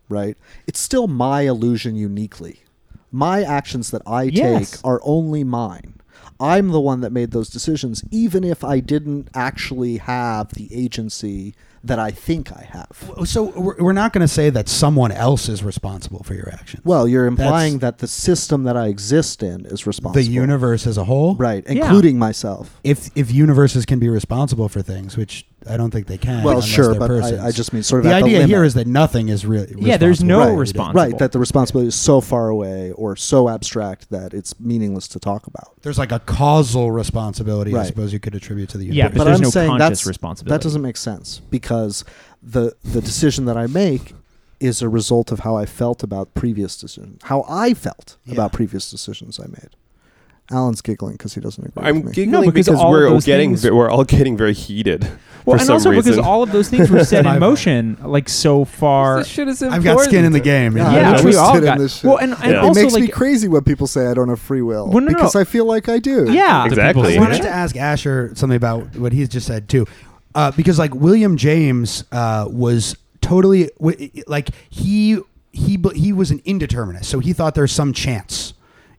S5: right? It's still my illusion uniquely. My actions that I
S8: Yes.
S5: take are only mine. I'm the one that made those decisions, even if I didn't actually have the agency that I think I have.
S9: Oh, So we're, we're not going to say that someone else is responsible for your actions.
S5: Well, you're
S9: That's
S5: implying that the system that I exist in is responsible.
S9: the universe as a whole,
S5: Right,
S8: Yeah.
S5: including myself.
S9: If if universes can be responsible for things, which I don't think they can.
S5: Well,
S9: unless
S5: sure,
S9: they're
S5: but I-
S9: persons.
S5: I just mean sort of
S9: the
S5: at the
S9: idea here
S5: limit.
S9: is that nothing is really.
S8: Yeah, there's no
S9: responsible.
S8: response.
S5: Right, that the responsibility is so far away or so abstract that it's meaningless to talk about.
S9: There's like a causal responsibility, I
S5: Right.
S9: suppose you could attribute to the
S8: Yeah,
S9: universe.
S8: Because
S5: but
S8: there's
S5: I'm
S8: no
S5: saying
S8: conscious
S5: that's
S8: responsibility.
S5: That doesn't make sense because the the decision that I make is a result of how I felt about previous decisions, how I felt
S9: Yeah.
S5: about previous decisions I made. Alan's giggling because he doesn't agree
S7: I'm
S5: with me.
S7: giggling
S8: because
S7: because,
S8: all of
S7: we're
S8: those
S7: getting
S8: things-
S7: ve- we're all getting very heated for
S8: Well, and
S7: some
S8: also
S7: reason.
S8: because all of those things were set
S9: My
S8: in
S9: bad.
S8: motion, like so far.
S6: This shit is
S9: I've
S6: important.
S9: got skin in the game.
S5: Yeah,
S8: Yeah,
S5: I'm
S8: we
S5: interested
S8: all
S5: in
S8: got-
S5: this shit.
S8: well, and, and
S7: Yeah.
S5: it
S8: also
S5: makes
S8: like,
S5: me crazy when people say I don't have free will
S8: Well, no, no,
S5: because
S8: no.
S5: I feel like I do.
S8: yeah,
S7: Exactly.
S9: I
S7: Yeah.
S9: wanted to ask Asher something about what he's just said too, uh, because like William James uh, was totally w- like he he be- he was an indeterminist, so he thought there's some chance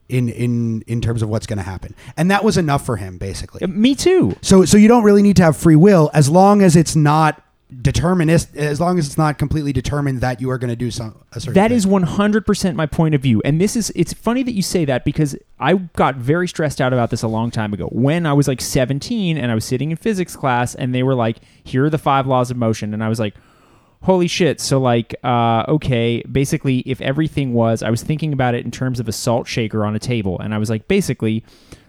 S9: in in in terms of what's going to happen, and that was enough for him basically.
S8: Me too.
S9: So so you don't really need to have free will as long as it's not determinist as long as it's not completely determined that you are going to do some a certain
S8: That
S9: thing.
S8: is 100% my point of view. And this is, it's funny that you say that because I got very stressed out about this a long time ago when I was like 17 and I was sitting in physics class and they were like, here are the five laws of motion. And I was like, holy shit. So, like, uh, okay, basically, if everything was, I was thinking about it in terms of a salt shaker on a table. And I was like, basically,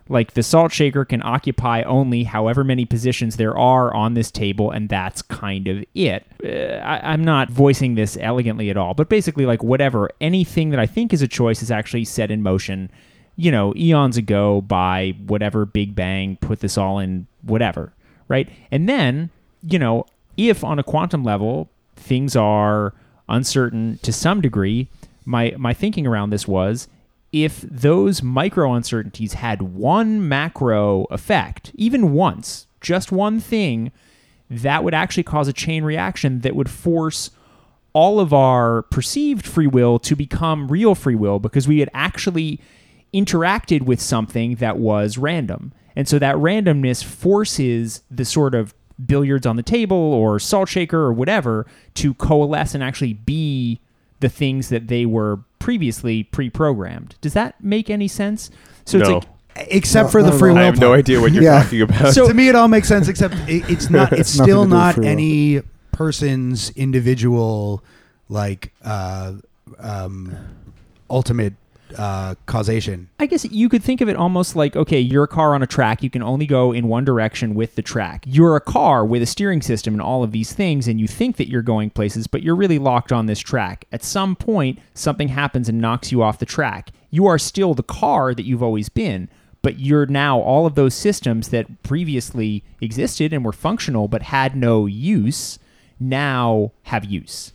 S8: like the salt shaker can occupy only however many positions there are on this table and that's kind of it Uh, I, i'm not voicing this elegantly at all but basically like whatever anything that i think is a choice is actually set in motion you know eons ago by whatever big bang put this all in whatever right and then you know if on a quantum level things are uncertain to some degree my my thinking around this was if those micro uncertainties had one macro effect, even once, just one thing, that would actually cause a chain reaction that would force all of our perceived free will to become real free will because we had actually interacted with something that was random. And so that randomness forces the sort of billiards on the table or salt shaker or whatever to coalesce and actually be the things that they were previously pre-programmed. Does that make any sense? So it's
S7: No.
S8: like
S9: except
S5: No,
S9: for the
S5: no, no.
S9: free will
S7: I have no
S9: part.
S7: idea what you're
S5: Yeah.
S7: talking about.
S8: So-
S9: to me it all makes sense except it, it's not it's, still
S5: nothing to do with
S9: not
S5: free will.
S9: any person's individual like uh um ultimate uh causation
S8: I guess you could think of it almost like okay, you're a car on a track. You can only go in one direction with the track. You're a car with a steering system and all of these things, and you think that you're going places, but you're really locked on this track. At some point, something happens and knocks you off the track. You are still the car that you've always been, but you're now all of those systems that previously existed and were functional but had no use now have use.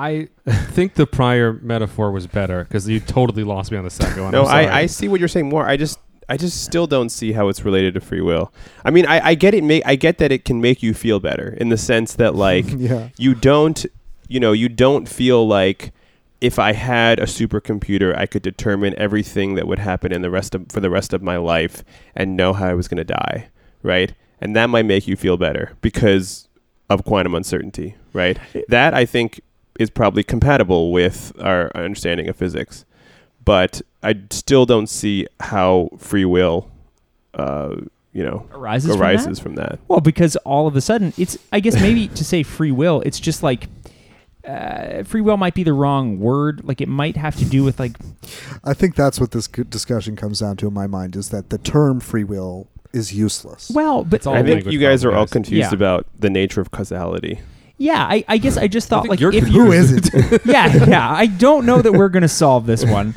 S6: I think the prior metaphor was better because you totally lost me on the second one.
S7: No,
S6: I'm sorry.
S7: I, I see what you're saying more. I just I just still don't see how it's related to free will. I mean, I, I get it. Make I get that it can make you feel better in the sense that like
S5: Yeah.
S7: you don't you know you don't feel like if I had a supercomputer, I could determine everything that would happen in the rest of for the rest of my life and know how I was going to die, right? And that might make you feel better because of quantum uncertainty, right? That I think is probably compatible with our understanding of physics but I still don't see how free will, uh, you know,
S8: Arises from that?
S7: arises from that.
S8: Well, because all of a sudden, it's I guess maybe to say free will, it's just like uh, free will might be the wrong word. Like it might have to do with like
S5: I think that's what this g- discussion comes down to in my mind is that the term free will is useless.
S8: well, but
S6: It's all
S7: I think
S6: language
S7: you guys are
S6: problem,
S7: all
S6: guys.
S7: confused
S8: Yeah.
S7: about the nature of causality.
S8: yeah, I, I guess I just thought
S6: think
S8: like
S6: you're
S8: if
S6: confused. Who is
S5: it?
S8: yeah yeah I don't know that we're gonna solve this one.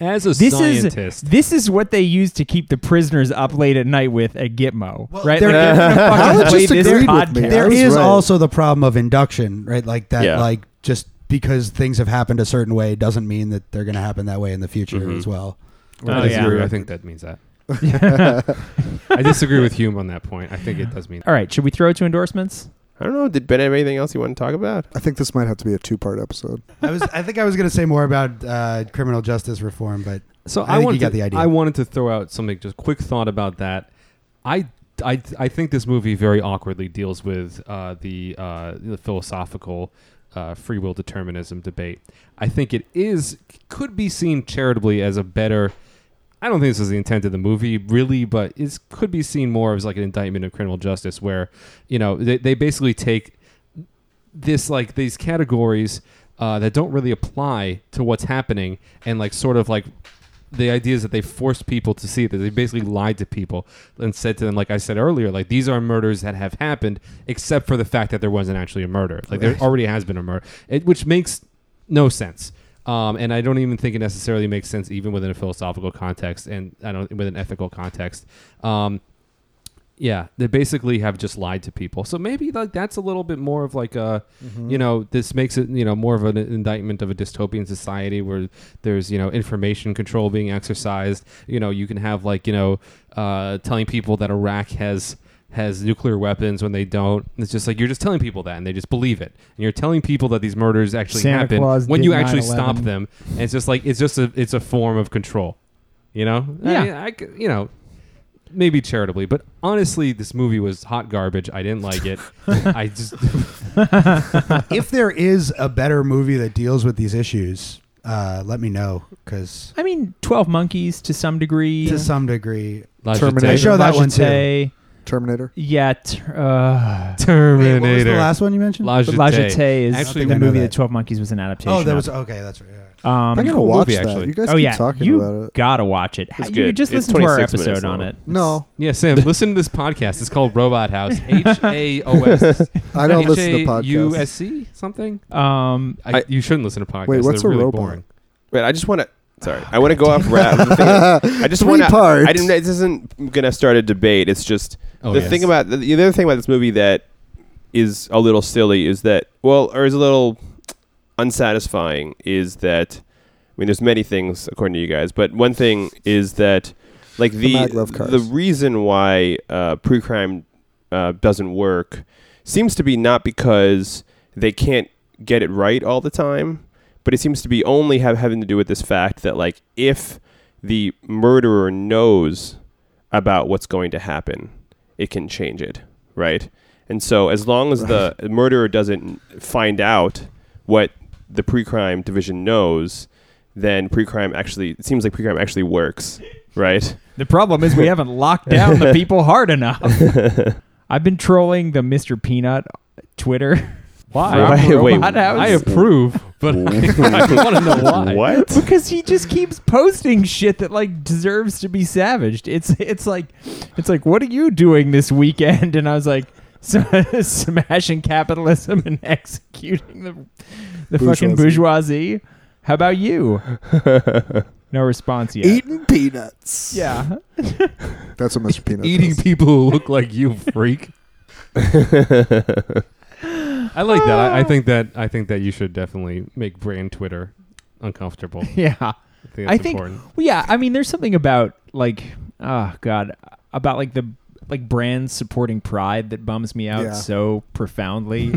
S6: As a
S8: This
S6: scientist,
S8: is this is what they use to keep the prisoners up late at night with at Gitmo, right?
S9: there-
S8: they're gonna fucking
S5: Alan
S8: play
S5: just
S8: this
S5: agreed with me.
S8: podcast.
S5: I
S9: there
S5: was
S9: is
S5: right.
S9: also the problem of induction right like that
S7: Yeah.
S9: like just because things have happened a certain way doesn't mean that they're going to happen that way in the future
S5: Mm-hmm.
S9: as well
S6: I
S8: Oh, yeah.
S6: disagree. I think that means that. I disagree with Hume on that point. I think it does mean.
S8: All right, should we throw it to endorsements?
S7: I don't know. Did Ben have anything else you want to talk about?
S5: I think this might have to be a two-part episode.
S9: i was i think i was going to say more about uh criminal justice reform but
S6: So
S9: I
S6: I,
S9: think you
S6: wanted
S9: got
S6: to,
S9: the idea.
S6: I wanted to throw out something, just quick thought about that. I, I, I think this movie very awkwardly deals with uh, the, uh, the philosophical uh, free will determinism debate. I think it is could be seen charitably as a better. I don't think this is the intent of the movie, really, but it could be seen more as like an indictment of criminal justice, where you know they, they basically take this like these categories uh, that don't really apply to what's happening and like sort of like the idea is that they forced people to see that they basically lied to people and said to them like i said earlier like these are murders that have happened except for the fact that there wasn't actually a murder like there already has been a murder it, which makes no sense um, and I don't even think it necessarily makes sense, even within a philosophical context, and I don't with an ethical context. Um, yeah, they basically have just lied to people. So maybe like that's a little bit more of like a,
S5: Mm-hmm.
S6: you
S8: Mm.
S6: know, this makes it you know more of an indictment of a dystopian society where there's you know information control being exercised. You know, you can have like you know uh, telling people that Iraq has has nuclear weapons when they don't. It's just like you're just telling people that and they just believe it. And you're telling people that these murders actually
S8: Santa
S6: happen
S8: Claus
S6: when
S8: did
S6: you actually
S8: 9/11.
S6: stop them. And it's just like it's just a it's a form of control. You know?
S8: Yeah.
S6: I, mean, I c- you know, maybe charitably, but honestly, this movie was hot garbage. I didn't like it. I just
S9: if there is a better movie that deals with these issues, uh, let me know because
S8: I mean, Twelve Monkeys to some degree.
S9: to some degree,
S5: Terminator.
S9: Show that one, too.
S8: Lajete.
S5: Terminator.
S8: Yeah, ter-
S9: Wait, what
S8: uh,
S9: was the
S6: Terminator.
S9: last one you mentioned?
S8: but
S6: Lajete.
S8: Lajete is
S6: Actually,
S9: I
S8: the
S9: know
S8: movie
S9: that.
S8: that. Twelve Monkeys was an adaptation.
S9: oh, that was
S8: of.
S9: okay. That's right. yeah.
S8: Um,
S5: I'm gonna
S6: cool
S5: watch
S6: movie,
S5: that.
S6: actually.
S5: You guys
S8: oh
S5: keep
S8: yeah,
S5: talking
S8: you
S5: about it.
S8: gotta watch it.
S7: It's
S8: You
S7: good.
S8: just
S7: It's
S8: listen to our
S7: 26 minutes
S8: episode on
S7: long.
S8: it.
S5: No,
S6: Yeah, Sam, listen to this podcast. It's called Robot House. H A O S.
S5: I don't listen to podcasts.
S6: U S C something.
S8: Um,
S6: I,
S7: I-
S6: you shouldn't listen to podcasts.
S5: Wait, what's
S6: They're
S5: a
S6: really
S5: robot?
S6: boring.
S7: Wait, I just want to. Sorry, I want to go off rap. I'm thinking- I just
S5: Three
S7: want to.
S5: parts.
S7: I didn't. This isn't gonna start a debate. It's just
S6: Oh,
S7: the
S6: yes.
S7: thing about the, the other thing about this movie that is a little silly is that well, or is a little unsatisfying is that I mean, there's many things according to you guys, but one thing is that like the
S5: maglev cars.
S7: the reason why uh, pre-crime uh, doesn't work seems to be not because they can't get it right all the time, but it seems to be only have having to do with this fact that like if the murderer knows about what's going to happen, it can change it, right? And so as long as the murderer doesn't find out what the pre-crime division knows, then pre-crime actually it seems like pre-crime actually works, right?
S8: The problem is we haven't locked down the people hard enough. I've been trolling the Mr. Peanut Twitter
S6: Why?
S7: Wait, wait,
S8: Robot House.
S6: I approve, but I, want to know why.
S7: What?
S8: because he just keeps posting shit that like deserves to be savaged. It's it's like it's like what are you doing this weekend? And I was like "S- smashing capitalism and executing the the fucking bourgeoisie. How about you? No response yet.
S5: eating peanuts.
S8: Yeah.
S5: that's what Mr. Peanut
S6: Eating
S5: does.
S6: people who look like you, freak. I like that. I, I think that I think that you should definitely make brand Twitter uncomfortable.
S8: Yeah.
S6: I think that's
S8: I think
S6: important.
S8: Well, yeah, I mean, there's something about like, oh god, about like the like brands supporting Pride that bums me out
S5: Yeah.
S8: so profoundly.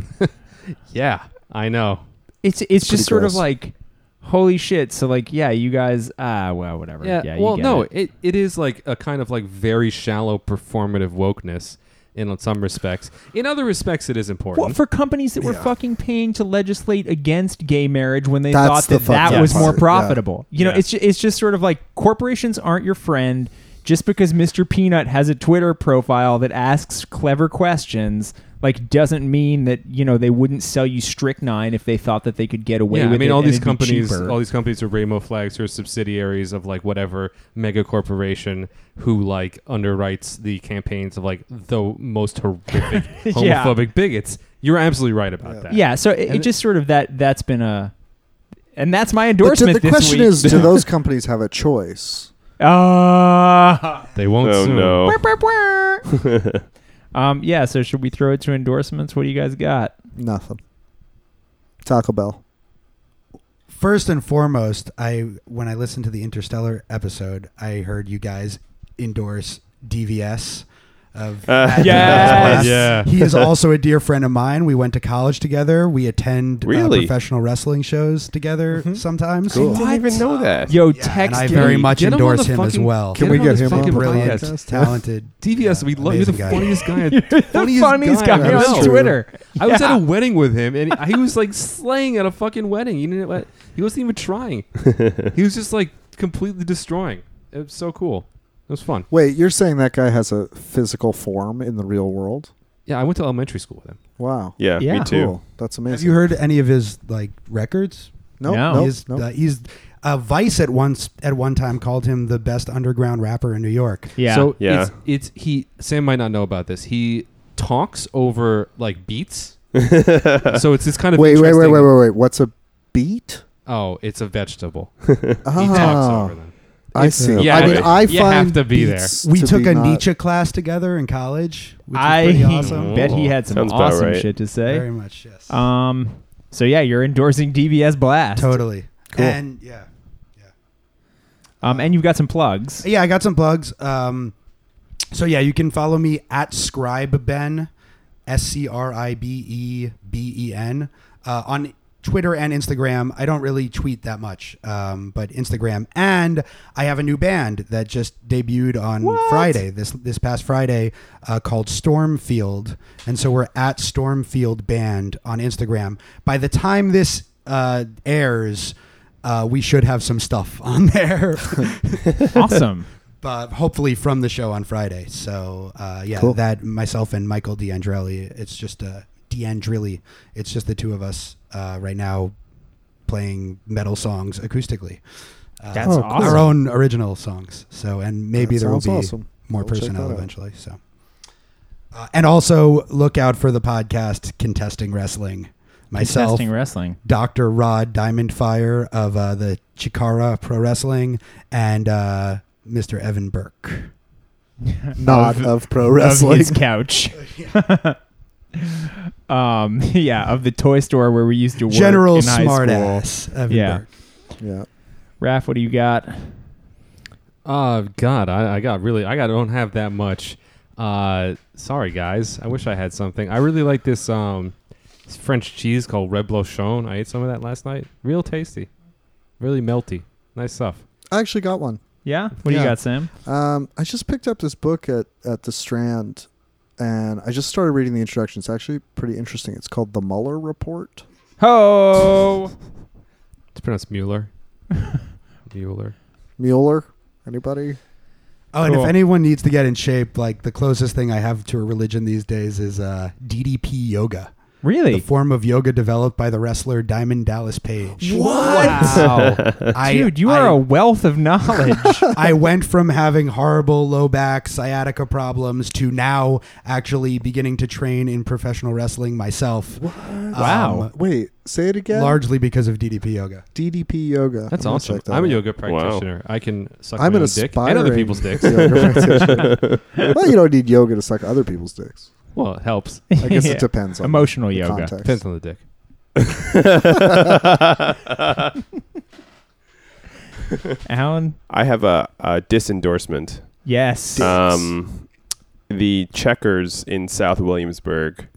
S6: Yeah, I know.
S8: it's it's
S5: pretty
S8: just sort
S5: gross.
S8: of like, holy shit. So like, yeah, you guys, ah, well, whatever. Yeah, you
S6: well,
S8: get
S6: no,
S8: it.
S6: it. It, is like a kind of like very shallow performative wokeness in some respects. In other respects, it is important.
S8: Well, for companies that were
S5: Yeah.
S8: fucking paying to legislate against gay marriage when they
S5: That's
S8: thought
S5: the
S8: that that
S5: fucked
S8: was
S5: up
S8: more
S5: part, yeah.
S8: profitable. You know,
S6: Yeah.
S8: it's just, it's just sort of like corporations aren't your friend just because Mr. Peanut has a Twitter profile that asks clever questions. Like doesn't mean that you know they wouldn't sell you strychnine if they thought that they could get away
S6: yeah,
S8: with
S6: I mean,
S8: it
S6: all
S8: and
S6: these
S8: it'd be
S6: companies,
S8: cheaper.
S6: all these companies are rainbow flags or subsidiaries of like whatever mega corporation who like underwrites the campaigns of like the most horrific
S8: Yeah.
S6: homophobic bigots. You're absolutely right about that.
S8: yeah. So it,
S6: And
S8: it
S6: it-
S8: just sort of that that's been a, and that's my
S5: But do-
S8: endorsement.
S5: the
S8: this
S5: question
S8: week.
S5: is, do those companies have a choice?
S8: uh,
S6: they won't.
S7: Oh
S6: soon.
S7: no.
S8: um, yeah. So should we throw it to endorsements? What do you guys got?
S5: Nothing. Taco Bell.
S9: First and foremost, I when I listened to the Interstellar episode, I heard you guys endorse DVS. Of
S7: Uh,
S9: Matt
S8: Yes.
S9: Damon.
S6: Yeah.
S9: he is also a dear friend of mine. We went to college together. We attend uh,
S7: Really?
S9: professional wrestling shows together sometimes.
S5: Cool.
S7: I didn't even know that.
S8: Yo,
S9: Yeah, and
S8: text
S9: I
S8: me.
S9: very much
S6: Get him on
S9: endorse
S6: the
S9: him as
S6: fucking-
S9: well.
S5: Can we
S6: on
S5: get
S6: this
S5: him on
S6: fucking
S9: Brilliant,
S6: podcast.
S9: talented,
S6: DVS,
S9: yeah,
S6: we love you're the
S9: amazing guy.
S6: funniest guy.
S8: the
S6: funniest,
S8: funniest guy,
S6: I
S5: That's
S8: on
S6: know.
S5: true.
S8: Twitter.
S6: I was at
S8: Yeah.
S6: a wedding with him, and he was like slaying at a fucking wedding. You know what? He wasn't even trying. he was just like completely destroying. It was so cool. It was fun.
S5: Wait, you're saying that guy has a physical form in the real world?
S6: Yeah, I went to elementary school with him.
S5: Wow.
S7: Yeah,
S8: Yeah.
S7: me too.
S5: Cool. That's amazing.
S9: Have you heard any of his like records?
S5: Nope,
S8: No.
S5: nope,
S9: he's
S5: nope.
S9: uh, he's uh, Vice at once at one time called him the best underground rapper in New York.
S8: Yeah.
S6: So
S7: Yeah.
S6: It's, it's he. Sam might not know about this. He talks over like beats. so it's this kind of
S5: wait, wait, wait,
S6: interesting-
S5: wait, wait, wait. What's a beat?
S6: Oh, it's a vegetable.
S5: Ah,
S6: He talks over them.
S5: I
S6: It's-
S5: see.
S6: yeah,
S5: I mean,
S6: but
S5: I
S6: you
S5: find
S6: have to be there.
S5: beats
S9: We
S5: to
S9: took
S5: be
S9: a
S5: not-
S9: Nietzsche class together in college, which
S8: I
S9: was pretty awesome.
S8: bet he had some
S7: Sounds about
S8: awesome
S7: right.
S8: shit to
S9: Very
S8: say.
S9: much, yes.
S8: Um, so yeah, you're endorsing DVS Blast.
S9: totally.
S8: Cool.
S9: And yeah.
S8: Um, and you've got some plugs.
S9: Yeah, I got some plugs. Um, so yeah, you can follow me at Scribe Ben, S C R I B E B E N, uh, on Twitter and Instagram. I don't really tweet that much, um, but Instagram. And I have a new band that just debuted on Friday this this past Friday uh, called Stormfield, and so we're at Stormfield Band on Instagram. By the time this uh, airs. Uh, we should have some stuff on there.
S8: awesome.
S9: but hopefully from the show on Friday. So uh, yeah,
S5: Cool.
S9: that myself and Michael D'Andrelli. It's just uh, D'Andrelli. It's just the two of us uh, right now playing metal songs acoustically. Uh,
S8: That's Oh, cool.
S9: Our own original songs. So and maybe
S5: That
S9: there will
S5: sounds
S9: be
S5: awesome.
S9: more
S5: I will check
S9: personnel
S5: that out.
S9: eventually. So. Uh, and also look out for the podcast contesting wrestling. Myself,
S8: Contesting wrestling.
S9: Dr. Rod Diamond Fire of uh, the Chikara Pro Wrestling and uh, Mr. Evan Burke.
S5: not of, pro
S8: Of
S5: wrestling.
S8: his couch. um, yeah, of the toy store where we used to work.
S9: General
S8: in high school.
S9: smartass Evan
S8: Yeah.
S9: Burke.
S5: yeah.
S8: Raph, what do you got?
S6: Uh, God, I, I got really, I got, don't have that much. Uh, sorry guys, I wish I had something. I really like this um this French cheese called Red Blochon. I ate some of that last night. Real tasty, really melty, nice stuff.
S5: I actually got one.
S8: Yeah, what do
S5: Yeah.
S8: you got, Sam?
S5: Um, I just picked up this book at, at the Strand, and I just started reading the introduction. It's actually pretty interesting. It's called The Mueller Report.
S8: Ho!
S6: It's pronounced Mueller. Mueller.
S5: Mueller, anybody?
S9: Oh, and
S8: Cool.
S9: if anyone needs to get in shape, like the closest thing I have to a religion these days is uh, DDP yoga, the
S8: Really?
S9: form of yoga developed by the wrestler Diamond Dallas Page.
S8: Wow.
S9: I,
S8: Dude, you are
S9: I-
S8: a wealth of knowledge.
S9: I went from having horrible low back sciatica problems to now actually beginning to train in professional wrestling myself.
S8: Wow.
S5: Wait, say it again.
S9: largely because of DDP yoga.
S5: DDP yoga.
S6: That's
S5: I'm gonna
S6: awesome.
S5: check that
S6: I'm a
S5: out.
S6: yoga practitioner. I can suck
S5: I'm
S6: my
S5: an
S6: own dick and other
S5: aspiring
S6: people's dicks.
S5: yoga practitioner. well, you don't need yoga to suck other people's dicks.
S6: well, it helps.
S5: I guess it depends on
S8: Emotional
S5: the
S8: yoga.
S5: context.
S6: Depends on the dick.
S8: Alan?
S7: I have a, a disendorsement.
S8: Yes.
S7: Um, the Checkers in South Williamsburg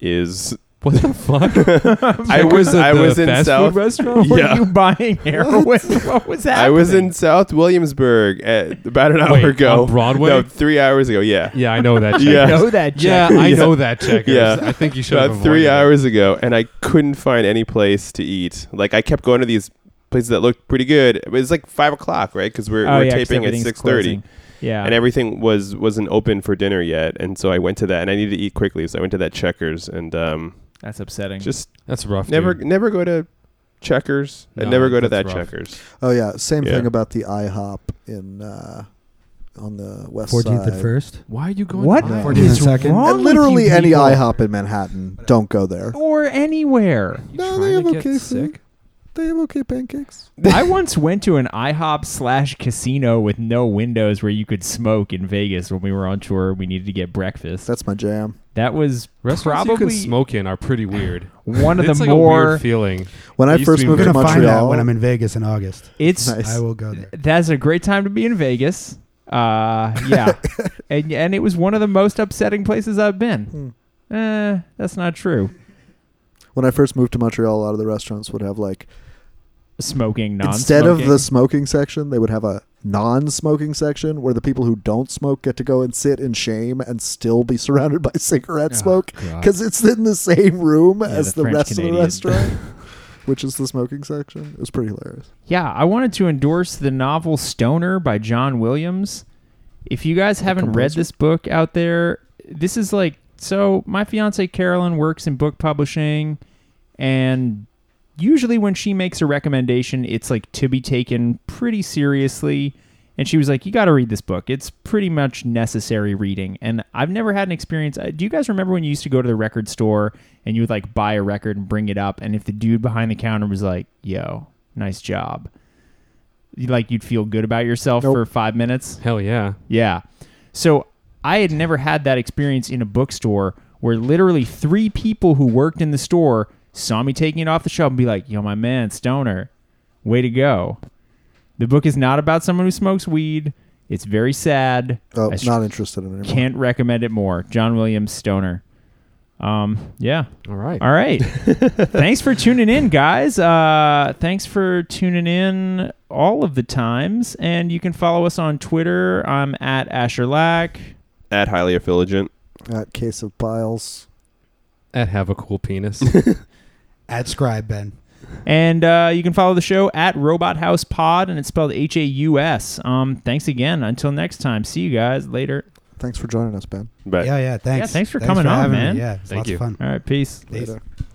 S7: is.
S6: What the fuck?
S7: I was I was in South.
S8: restaurant? Were
S7: Yeah.
S8: you buying heroin? What, was that?
S7: I was in South Williamsburg at, about an hour
S6: Wait,
S7: ago.
S6: on Broadway?
S7: No, three hours ago. Yeah.
S6: Yeah, I know that.
S7: Yeah.
S6: Checkers.
S8: know Oh, that.
S6: Yeah,
S8: Jack.
S6: I
S7: Yeah.
S6: know that checkers.
S7: Yeah.
S6: I think you should have
S7: About three
S6: avoided it.
S7: hours ago, and I couldn't find any place to eat. Like I kept going to these places that looked pretty good. It was like five o'clock, right? Because we're,
S8: Oh,
S7: we're
S8: yeah, 'cause
S7: taping at
S8: everything's
S7: six thirty,
S8: closing. Yeah.
S7: and everything was wasn't open for dinner yet. And so I went to that, and I needed to eat quickly, so I went to that Checkers, and um,
S8: That's upsetting.
S7: just
S6: That's rough.
S7: never
S6: dude.
S7: never go to Checkers, and
S6: No,
S7: never go to that
S6: that's rough.
S7: Checkers.
S5: Oh yeah, same
S7: Yeah.
S5: thing about the IHOP in uh, on the west side.
S9: first.
S6: Why are you going?
S8: what
S6: to-
S5: Fourteen
S8: is
S9: seconds.
S8: wrong
S5: And
S8: with
S5: literally
S8: you
S5: any
S8: people?
S5: IHOP in Manhattan. Don't go there.
S8: or anywhere.
S6: You
S5: No,
S6: trying
S5: they
S6: to
S5: have
S6: get
S5: okay food.
S6: sick.
S5: They have okay pancakes.
S8: I once went to an IHOP slash casino with no windows where you could smoke in Vegas when we were on tour. We needed to get breakfast.
S5: That's my jam.
S8: That was
S6: Restaurants
S8: probably
S6: you can smoke in are pretty weird.
S8: one of
S6: it's
S8: the
S6: like a
S8: more.
S6: weird feeling.
S5: When
S6: It
S5: I
S6: used to
S5: first
S6: be
S5: moved
S9: I'm
S5: to
S9: gonna find out
S5: Montreal,
S9: when I'm in Vegas in August.
S8: it's
S5: Nice.
S9: I will go there.
S8: that's a great time to be in Vegas. Uh, yeah, and and it was one of the most upsetting places I've been.
S5: Hmm.
S8: Eh, that's not true.
S5: when I first moved to Montreal, a lot of the restaurants would have like
S8: Smoking non
S5: instead of the smoking section, they would have a non-smoking section where the people who don't smoke get to go and sit in shame and still be surrounded by cigarette smoke
S9: Uh,
S6: God.
S5: because it's in the same room as the,
S8: the
S5: rest
S8: French-Canadian.
S5: of the restaurant, which is the smoking section. It was pretty hilarious.
S8: Yeah, I wanted to endorse the novel Stoner by John Williams. If you guys haven't read
S5: composer?
S8: this book out there, this is like so my fiance Carolyn works in book publishing and usually when she makes a recommendation, it's like to be taken pretty seriously. And she was like, "You got to read this book. It's pretty much necessary reading." And I've never had an experience. uh, Do you guys remember when you used to go to the record store and you would like buy a record and bring it up, and if the dude behind the counter was like, "Yo, nice job," you- like you'd feel good about yourself
S5: Nope.
S8: for five minutes.
S6: Hell yeah.
S8: Yeah. So I had never had that experience in a bookstore where literally three people who worked in the store saw me taking it off the shelf and be like, yo, my man, stoner, way to go. The book is not about someone who smokes weed. It's very sad.
S5: Oh,
S8: I str-
S5: not interested in it anymore.
S8: can't recommend it more. John Williams, stoner. Um, yeah.
S6: All right.
S8: All right. thanks for tuning in, guys. Uh, thanks for tuning in all of the times. And you can follow us on Twitter. I'm at Asher Lack.
S7: At highly affiligent.
S5: That case of piles.
S6: At have a cool penis.
S9: At Scribe Ben.
S8: And uh, you can follow the show at Robot House Pod, and it's spelled H A U S. Um, thanks again. Until next time. See you guys later.
S5: Thanks for joining us, Ben.
S7: But
S9: Yeah, yeah. Thanks.
S8: thanks for coming on,
S9: having me.
S8: man.
S9: Yeah, it's
S6: Thank
S9: lots
S6: you.
S9: of fun.
S8: All right. Peace.
S9: Peace.
S5: Later.